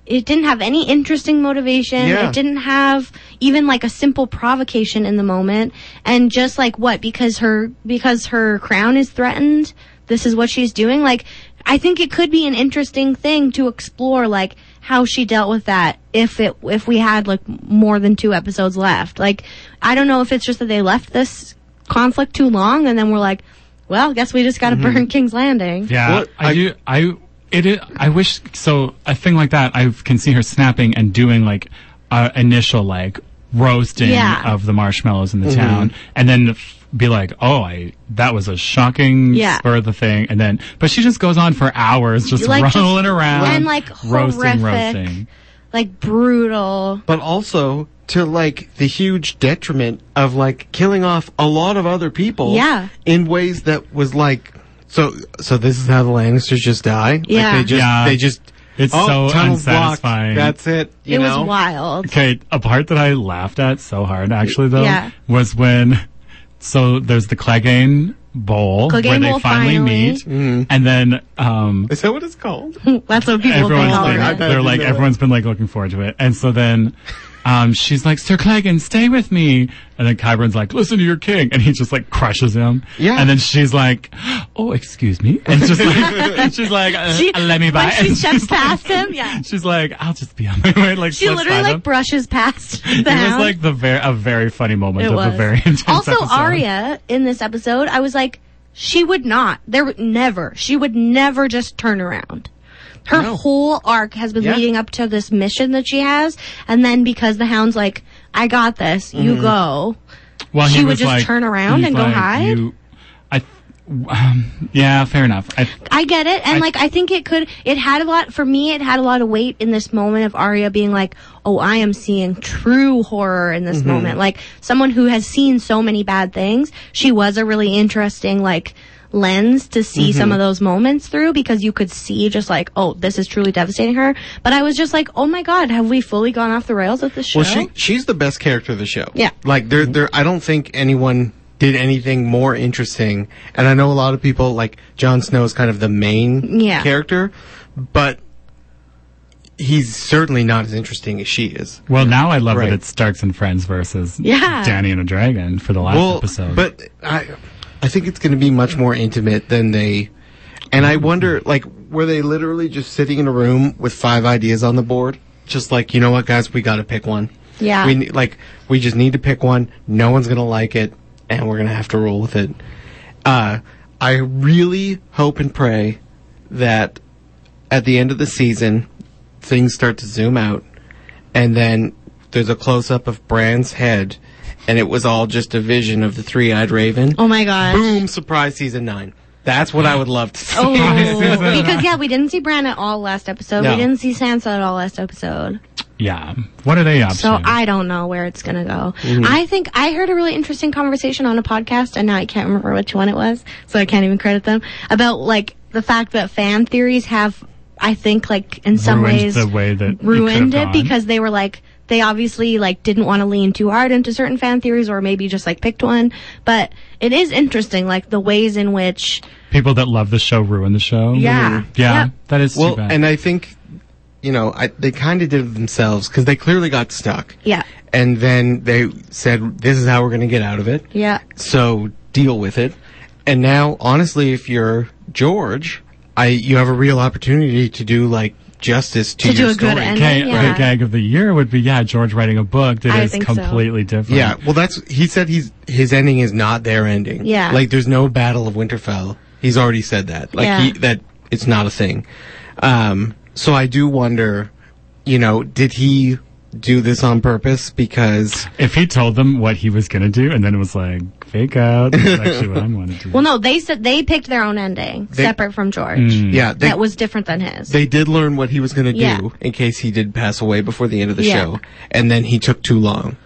Speaker 1: it didn't have any interesting motivation.
Speaker 3: Yeah.
Speaker 1: It didn't have even like a simple provocation in the moment, and just like what because her because her crown is threatened, this is what she's doing. Like, I think it could be an interesting thing to explore, like how she dealt with that if it if we had like more than two episodes left. Like, I don't know if it's just that they left this conflict too long, and then we're like. Well, guess we just got to burn King's Landing.
Speaker 2: Mm-hmm. Yeah,
Speaker 3: Well,
Speaker 2: I,
Speaker 3: I-
Speaker 2: do. I it. Is, I wish so. A thing like that, I can see her snapping and doing like uh, initial like roasting
Speaker 1: Yeah.
Speaker 2: of the marshmallows in the
Speaker 3: Mm-hmm.
Speaker 2: town, and then f- be like, "Oh, I that was a shocking
Speaker 1: Yeah.
Speaker 2: spur of the thing," and then but she just goes on for hours, just
Speaker 1: Like, just-
Speaker 2: rolling around
Speaker 1: and, like,
Speaker 2: roasting,
Speaker 1: horrific.
Speaker 2: roasting.
Speaker 1: Like brutal.
Speaker 3: but also to like the huge detriment of like killing off a lot of other people
Speaker 1: Yeah.
Speaker 3: in ways that was like so so this is how the Lannisters just die
Speaker 1: Yeah.
Speaker 3: like they just
Speaker 2: Yeah.
Speaker 3: they just
Speaker 2: It's
Speaker 3: oh,
Speaker 2: so
Speaker 3: tunnel's blocked.
Speaker 2: unsatisfying.
Speaker 3: that's it you
Speaker 1: it
Speaker 3: know
Speaker 1: was wild.
Speaker 2: Okay, a part that I laughed at so hard actually though
Speaker 1: Yeah.
Speaker 2: was when so there's the Clegane Bowl where
Speaker 1: Clegane
Speaker 2: they
Speaker 1: Bowl
Speaker 2: finally,
Speaker 1: finally.
Speaker 2: meet, and then um,
Speaker 3: is that what Mm-hmm. it's called
Speaker 1: That's what people
Speaker 2: everyone's
Speaker 1: call
Speaker 2: been,
Speaker 3: I
Speaker 1: it.
Speaker 3: bet
Speaker 2: they're
Speaker 3: you
Speaker 2: like
Speaker 3: know it.
Speaker 2: everyone's been like looking forward to it, and so then. Um, she's like, Sir Clegane, stay with me. And then Kyburn's like, listen to your king. And he just like crushes him.
Speaker 3: Yeah.
Speaker 2: And then she's like, oh, excuse me. And just like, and she's like, uh,
Speaker 1: She-
Speaker 2: let me by.
Speaker 1: When she
Speaker 2: And
Speaker 1: steps
Speaker 2: she's like-
Speaker 1: past him, yeah.
Speaker 2: She's like, I'll just be on my way. Like,
Speaker 1: She
Speaker 2: slips
Speaker 1: literally
Speaker 2: by
Speaker 1: like
Speaker 2: them.
Speaker 1: brushes past the
Speaker 2: It was
Speaker 1: hound.
Speaker 2: like the very a very funny moment
Speaker 1: It
Speaker 2: of a
Speaker 1: was.
Speaker 2: very intense
Speaker 1: also,
Speaker 2: episode.
Speaker 1: Arya in this episode, I was like, she would not. There would never. She would never just turn around. Her
Speaker 3: No.
Speaker 1: whole arc has been
Speaker 3: Yeah.
Speaker 1: leading up to this mission that she has, and then because the hound's like, "I got this,
Speaker 3: Mm-hmm.
Speaker 1: you go."
Speaker 2: Well,
Speaker 1: she
Speaker 2: he
Speaker 1: would
Speaker 2: was
Speaker 1: just
Speaker 2: like-
Speaker 1: turn around
Speaker 2: he's
Speaker 1: and go
Speaker 2: like,
Speaker 1: hide?
Speaker 2: You, I, um, yeah, fair enough. I,
Speaker 1: I get it, and
Speaker 2: I-
Speaker 1: like I think it could. It had a lot for me. It had a lot of weight in this moment of Arya being like, "Oh, I am seeing true horror in this moment." Like someone who has seen so many bad things, she was a really interesting like lens to see some of those moments through because you could see just like, "Oh, this is truly devastating her." But I was just like, "Oh my god, have we fully gone off the rails with this show?"
Speaker 3: Well, she she's the best character of the show.
Speaker 1: Yeah.
Speaker 3: like there there. I don't think anyone did anything more interesting. And I know a lot of people like Jon Snow is kind of the main
Speaker 1: Yeah.
Speaker 3: character, but he's certainly not as interesting as she is.
Speaker 2: well, now I love
Speaker 3: Right.
Speaker 2: that it's Starks and Friends versus
Speaker 1: Yeah.
Speaker 2: Danny and a Dragon for the last
Speaker 3: well,
Speaker 2: episode.
Speaker 3: but I I think it's going to be much more intimate than they. And I wonder, like, were they literally just sitting in a room with five ideas on the board, just like, you know what, guys, we got to pick one.
Speaker 1: Yeah.
Speaker 3: We ne- like we just need to pick one. No one's gonna like it, and we're gonna have to roll with it. Uh, I really hope and pray that at the end of the season, things start to zoom out, and then there's a close up of Bran's head, and it was all just a vision of the three eyed raven.
Speaker 1: oh my god.
Speaker 3: Boom! Surprise, season nine. That's what I would love to see.
Speaker 1: Oh,
Speaker 2: Season.
Speaker 1: because yeah, we didn't see Bran at all last episode.
Speaker 3: No.
Speaker 1: We didn't see Sansa at all last episode.
Speaker 2: Yeah. What are they up
Speaker 1: So
Speaker 2: to?
Speaker 1: I don't know where it's gonna go.
Speaker 2: Mm-hmm.
Speaker 1: I think I heard a really interesting conversation on a podcast, and now I can't remember which one it was, so I can't even credit them about like the fact that fan theories have, I think, like in some
Speaker 2: Ruined
Speaker 1: ways
Speaker 2: the way that it could
Speaker 1: ruined it
Speaker 2: have gone.
Speaker 1: because they were like they obviously like didn't want to lean too hard into certain fan theories or maybe just like picked one but it is interesting like the ways in which
Speaker 2: People that love the show ruin the show.
Speaker 1: Yeah.
Speaker 2: Yeah.
Speaker 1: Yep.
Speaker 2: That is
Speaker 3: Well,
Speaker 2: too bad.
Speaker 3: and I think, you know, I, they kind of did it themselves because they clearly got stuck.
Speaker 1: Yeah.
Speaker 3: And then they said, this is how we're going to get out of it.
Speaker 1: yeah
Speaker 3: So deal with it. And now, honestly, if you're George, I, you have a real opportunity to do like justice to,
Speaker 1: To do
Speaker 3: your
Speaker 1: a good
Speaker 3: story.
Speaker 1: ending.
Speaker 2: Gag,
Speaker 1: yeah.
Speaker 2: the gag of the year would be yeah George writing a book that is
Speaker 1: I think so.
Speaker 2: completely different.
Speaker 3: Yeah, well, that's he said he's his ending is not their ending.
Speaker 1: Yeah.
Speaker 3: like there's no Battle of Winterfell. He's already said that. Like
Speaker 1: Yeah.
Speaker 3: he, that it's not a thing. Um, so I do wonder, you know, did he do this on purpose? Because
Speaker 2: If he told them what he was gonna do and then it was like fake out, that's actually what I want to do.
Speaker 1: well no they said they picked their own ending separate from george
Speaker 2: Mm.
Speaker 3: yeah, they,
Speaker 1: Mm. that was different than his
Speaker 3: they did learn what he was going to
Speaker 1: Yeah.
Speaker 3: do in case he did pass away before the end of the
Speaker 1: Yeah.
Speaker 3: show, and then he took too long.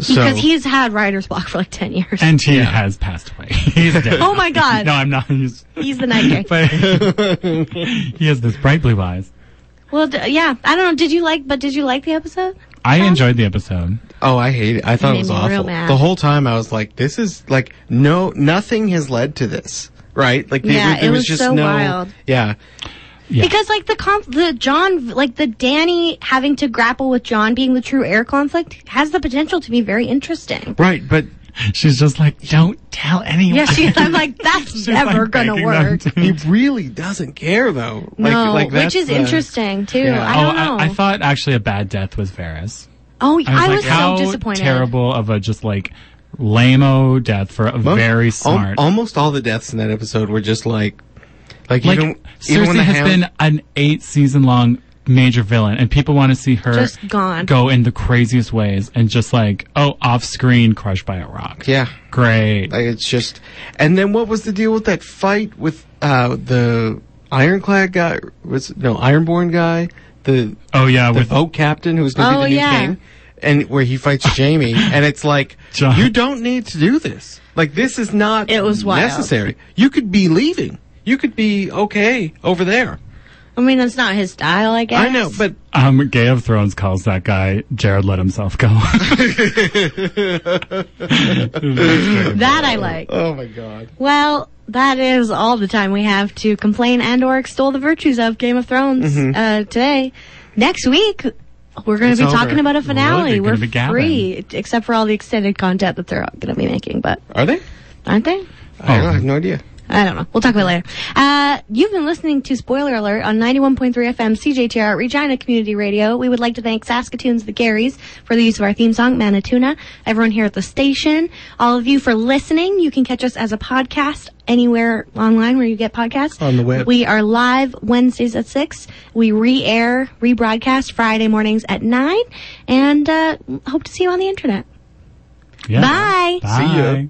Speaker 3: So
Speaker 1: because he's had writer's block for like 10 years
Speaker 2: and he has passed away. He's dead.
Speaker 1: oh my god
Speaker 2: No, I'm not. He's,
Speaker 1: he's the night king
Speaker 2: but he has this bright blue eyes.
Speaker 1: well d- yeah i don't know did you like but did you like the episode
Speaker 2: I enjoyed the episode.
Speaker 3: Oh, I hate it. I thought
Speaker 1: made
Speaker 3: it was
Speaker 1: me
Speaker 3: awful.
Speaker 1: real mad.
Speaker 3: The whole time I was like, this is like no nothing has led to this. Right? Like there,
Speaker 1: Yeah,
Speaker 3: there
Speaker 1: it
Speaker 3: was
Speaker 1: was
Speaker 3: just
Speaker 1: so
Speaker 3: no
Speaker 1: wild.
Speaker 3: Yeah.
Speaker 2: Yeah.
Speaker 1: Because like the conf- the John like the Danny having to grapple with John being the true heir conflict has the potential to be very interesting.
Speaker 3: Right, but
Speaker 2: She's just like, don't tell anyone.
Speaker 1: Yeah, she, I'm like that's
Speaker 2: She's, like,
Speaker 1: never gonna
Speaker 2: begging them
Speaker 1: work.
Speaker 2: to-
Speaker 3: he really doesn't care though. Like
Speaker 1: no,
Speaker 3: like that's
Speaker 1: which is
Speaker 3: the-
Speaker 1: interesting too.
Speaker 3: yeah.
Speaker 1: I
Speaker 2: Oh,
Speaker 1: don't know.
Speaker 2: I, I thought actually a bad death was Varys.
Speaker 1: oh,
Speaker 2: I was like, how
Speaker 1: so disappointed.
Speaker 2: terrible of a just like lame-o death for a
Speaker 3: Well,
Speaker 2: very
Speaker 3: Oh, al-
Speaker 2: smart.
Speaker 3: almost all the deaths in that episode were just like like,
Speaker 2: like
Speaker 3: even, even
Speaker 2: Cersei
Speaker 3: when the
Speaker 2: has
Speaker 3: hound,
Speaker 2: been an eight-season-long major villain, and people want to see her
Speaker 1: Just gone.
Speaker 2: go in the craziest ways, and just like oh, off-screen, crushed by a rock.
Speaker 3: Yeah.
Speaker 2: great.
Speaker 3: Like, it's just and then what was the deal with that fight with uh the ironclad guy was no ironborn guy? The
Speaker 2: oh yeah,
Speaker 3: the
Speaker 2: with
Speaker 3: boat captain who's going
Speaker 1: Oh,
Speaker 3: to be the new
Speaker 1: yeah.
Speaker 3: king, and where he fights Jamie, and it's like
Speaker 2: John.
Speaker 3: you don't need to do this. Like this is not
Speaker 1: It was wild.
Speaker 3: necessary. You could be leaving. You could be okay over there.
Speaker 1: I mean, that's not his style, I guess.
Speaker 3: I know, but
Speaker 2: um, Game of Thrones calls that guy Jared. Let himself go.
Speaker 1: that I like.
Speaker 3: oh my god,
Speaker 1: Well, that is all the time we have to complain and or extol the virtues of Game of Thrones
Speaker 2: Mm-hmm.
Speaker 1: uh, today. Next week, we're going
Speaker 3: It's
Speaker 1: to be
Speaker 3: over.
Speaker 1: talking about a
Speaker 2: Really,
Speaker 1: finale.
Speaker 2: gonna
Speaker 1: We're
Speaker 2: be gabbing.
Speaker 1: free, except for all the extended content that they're going to be making, but
Speaker 3: are they?
Speaker 1: aren't they?
Speaker 3: I,
Speaker 2: Oh,
Speaker 3: don't, I have no idea.
Speaker 1: I don't know. We'll talk about it later. Uh, you've been listening to Spoiler Alert on 91.3 FM CJTR Regina Community Radio. We would like to thank Saskatoon's The Garys for the use of our theme song, Manituna. Everyone here at the station, all of you for listening. You can catch us as a podcast anywhere online where you get podcasts.
Speaker 3: On the web.
Speaker 1: We are live Wednesdays at 6. We re-air, rebroadcast Friday mornings at 9. And uh, hope to see you on the internet.
Speaker 2: Yeah.
Speaker 1: Bye.
Speaker 2: Bye.
Speaker 3: See ya.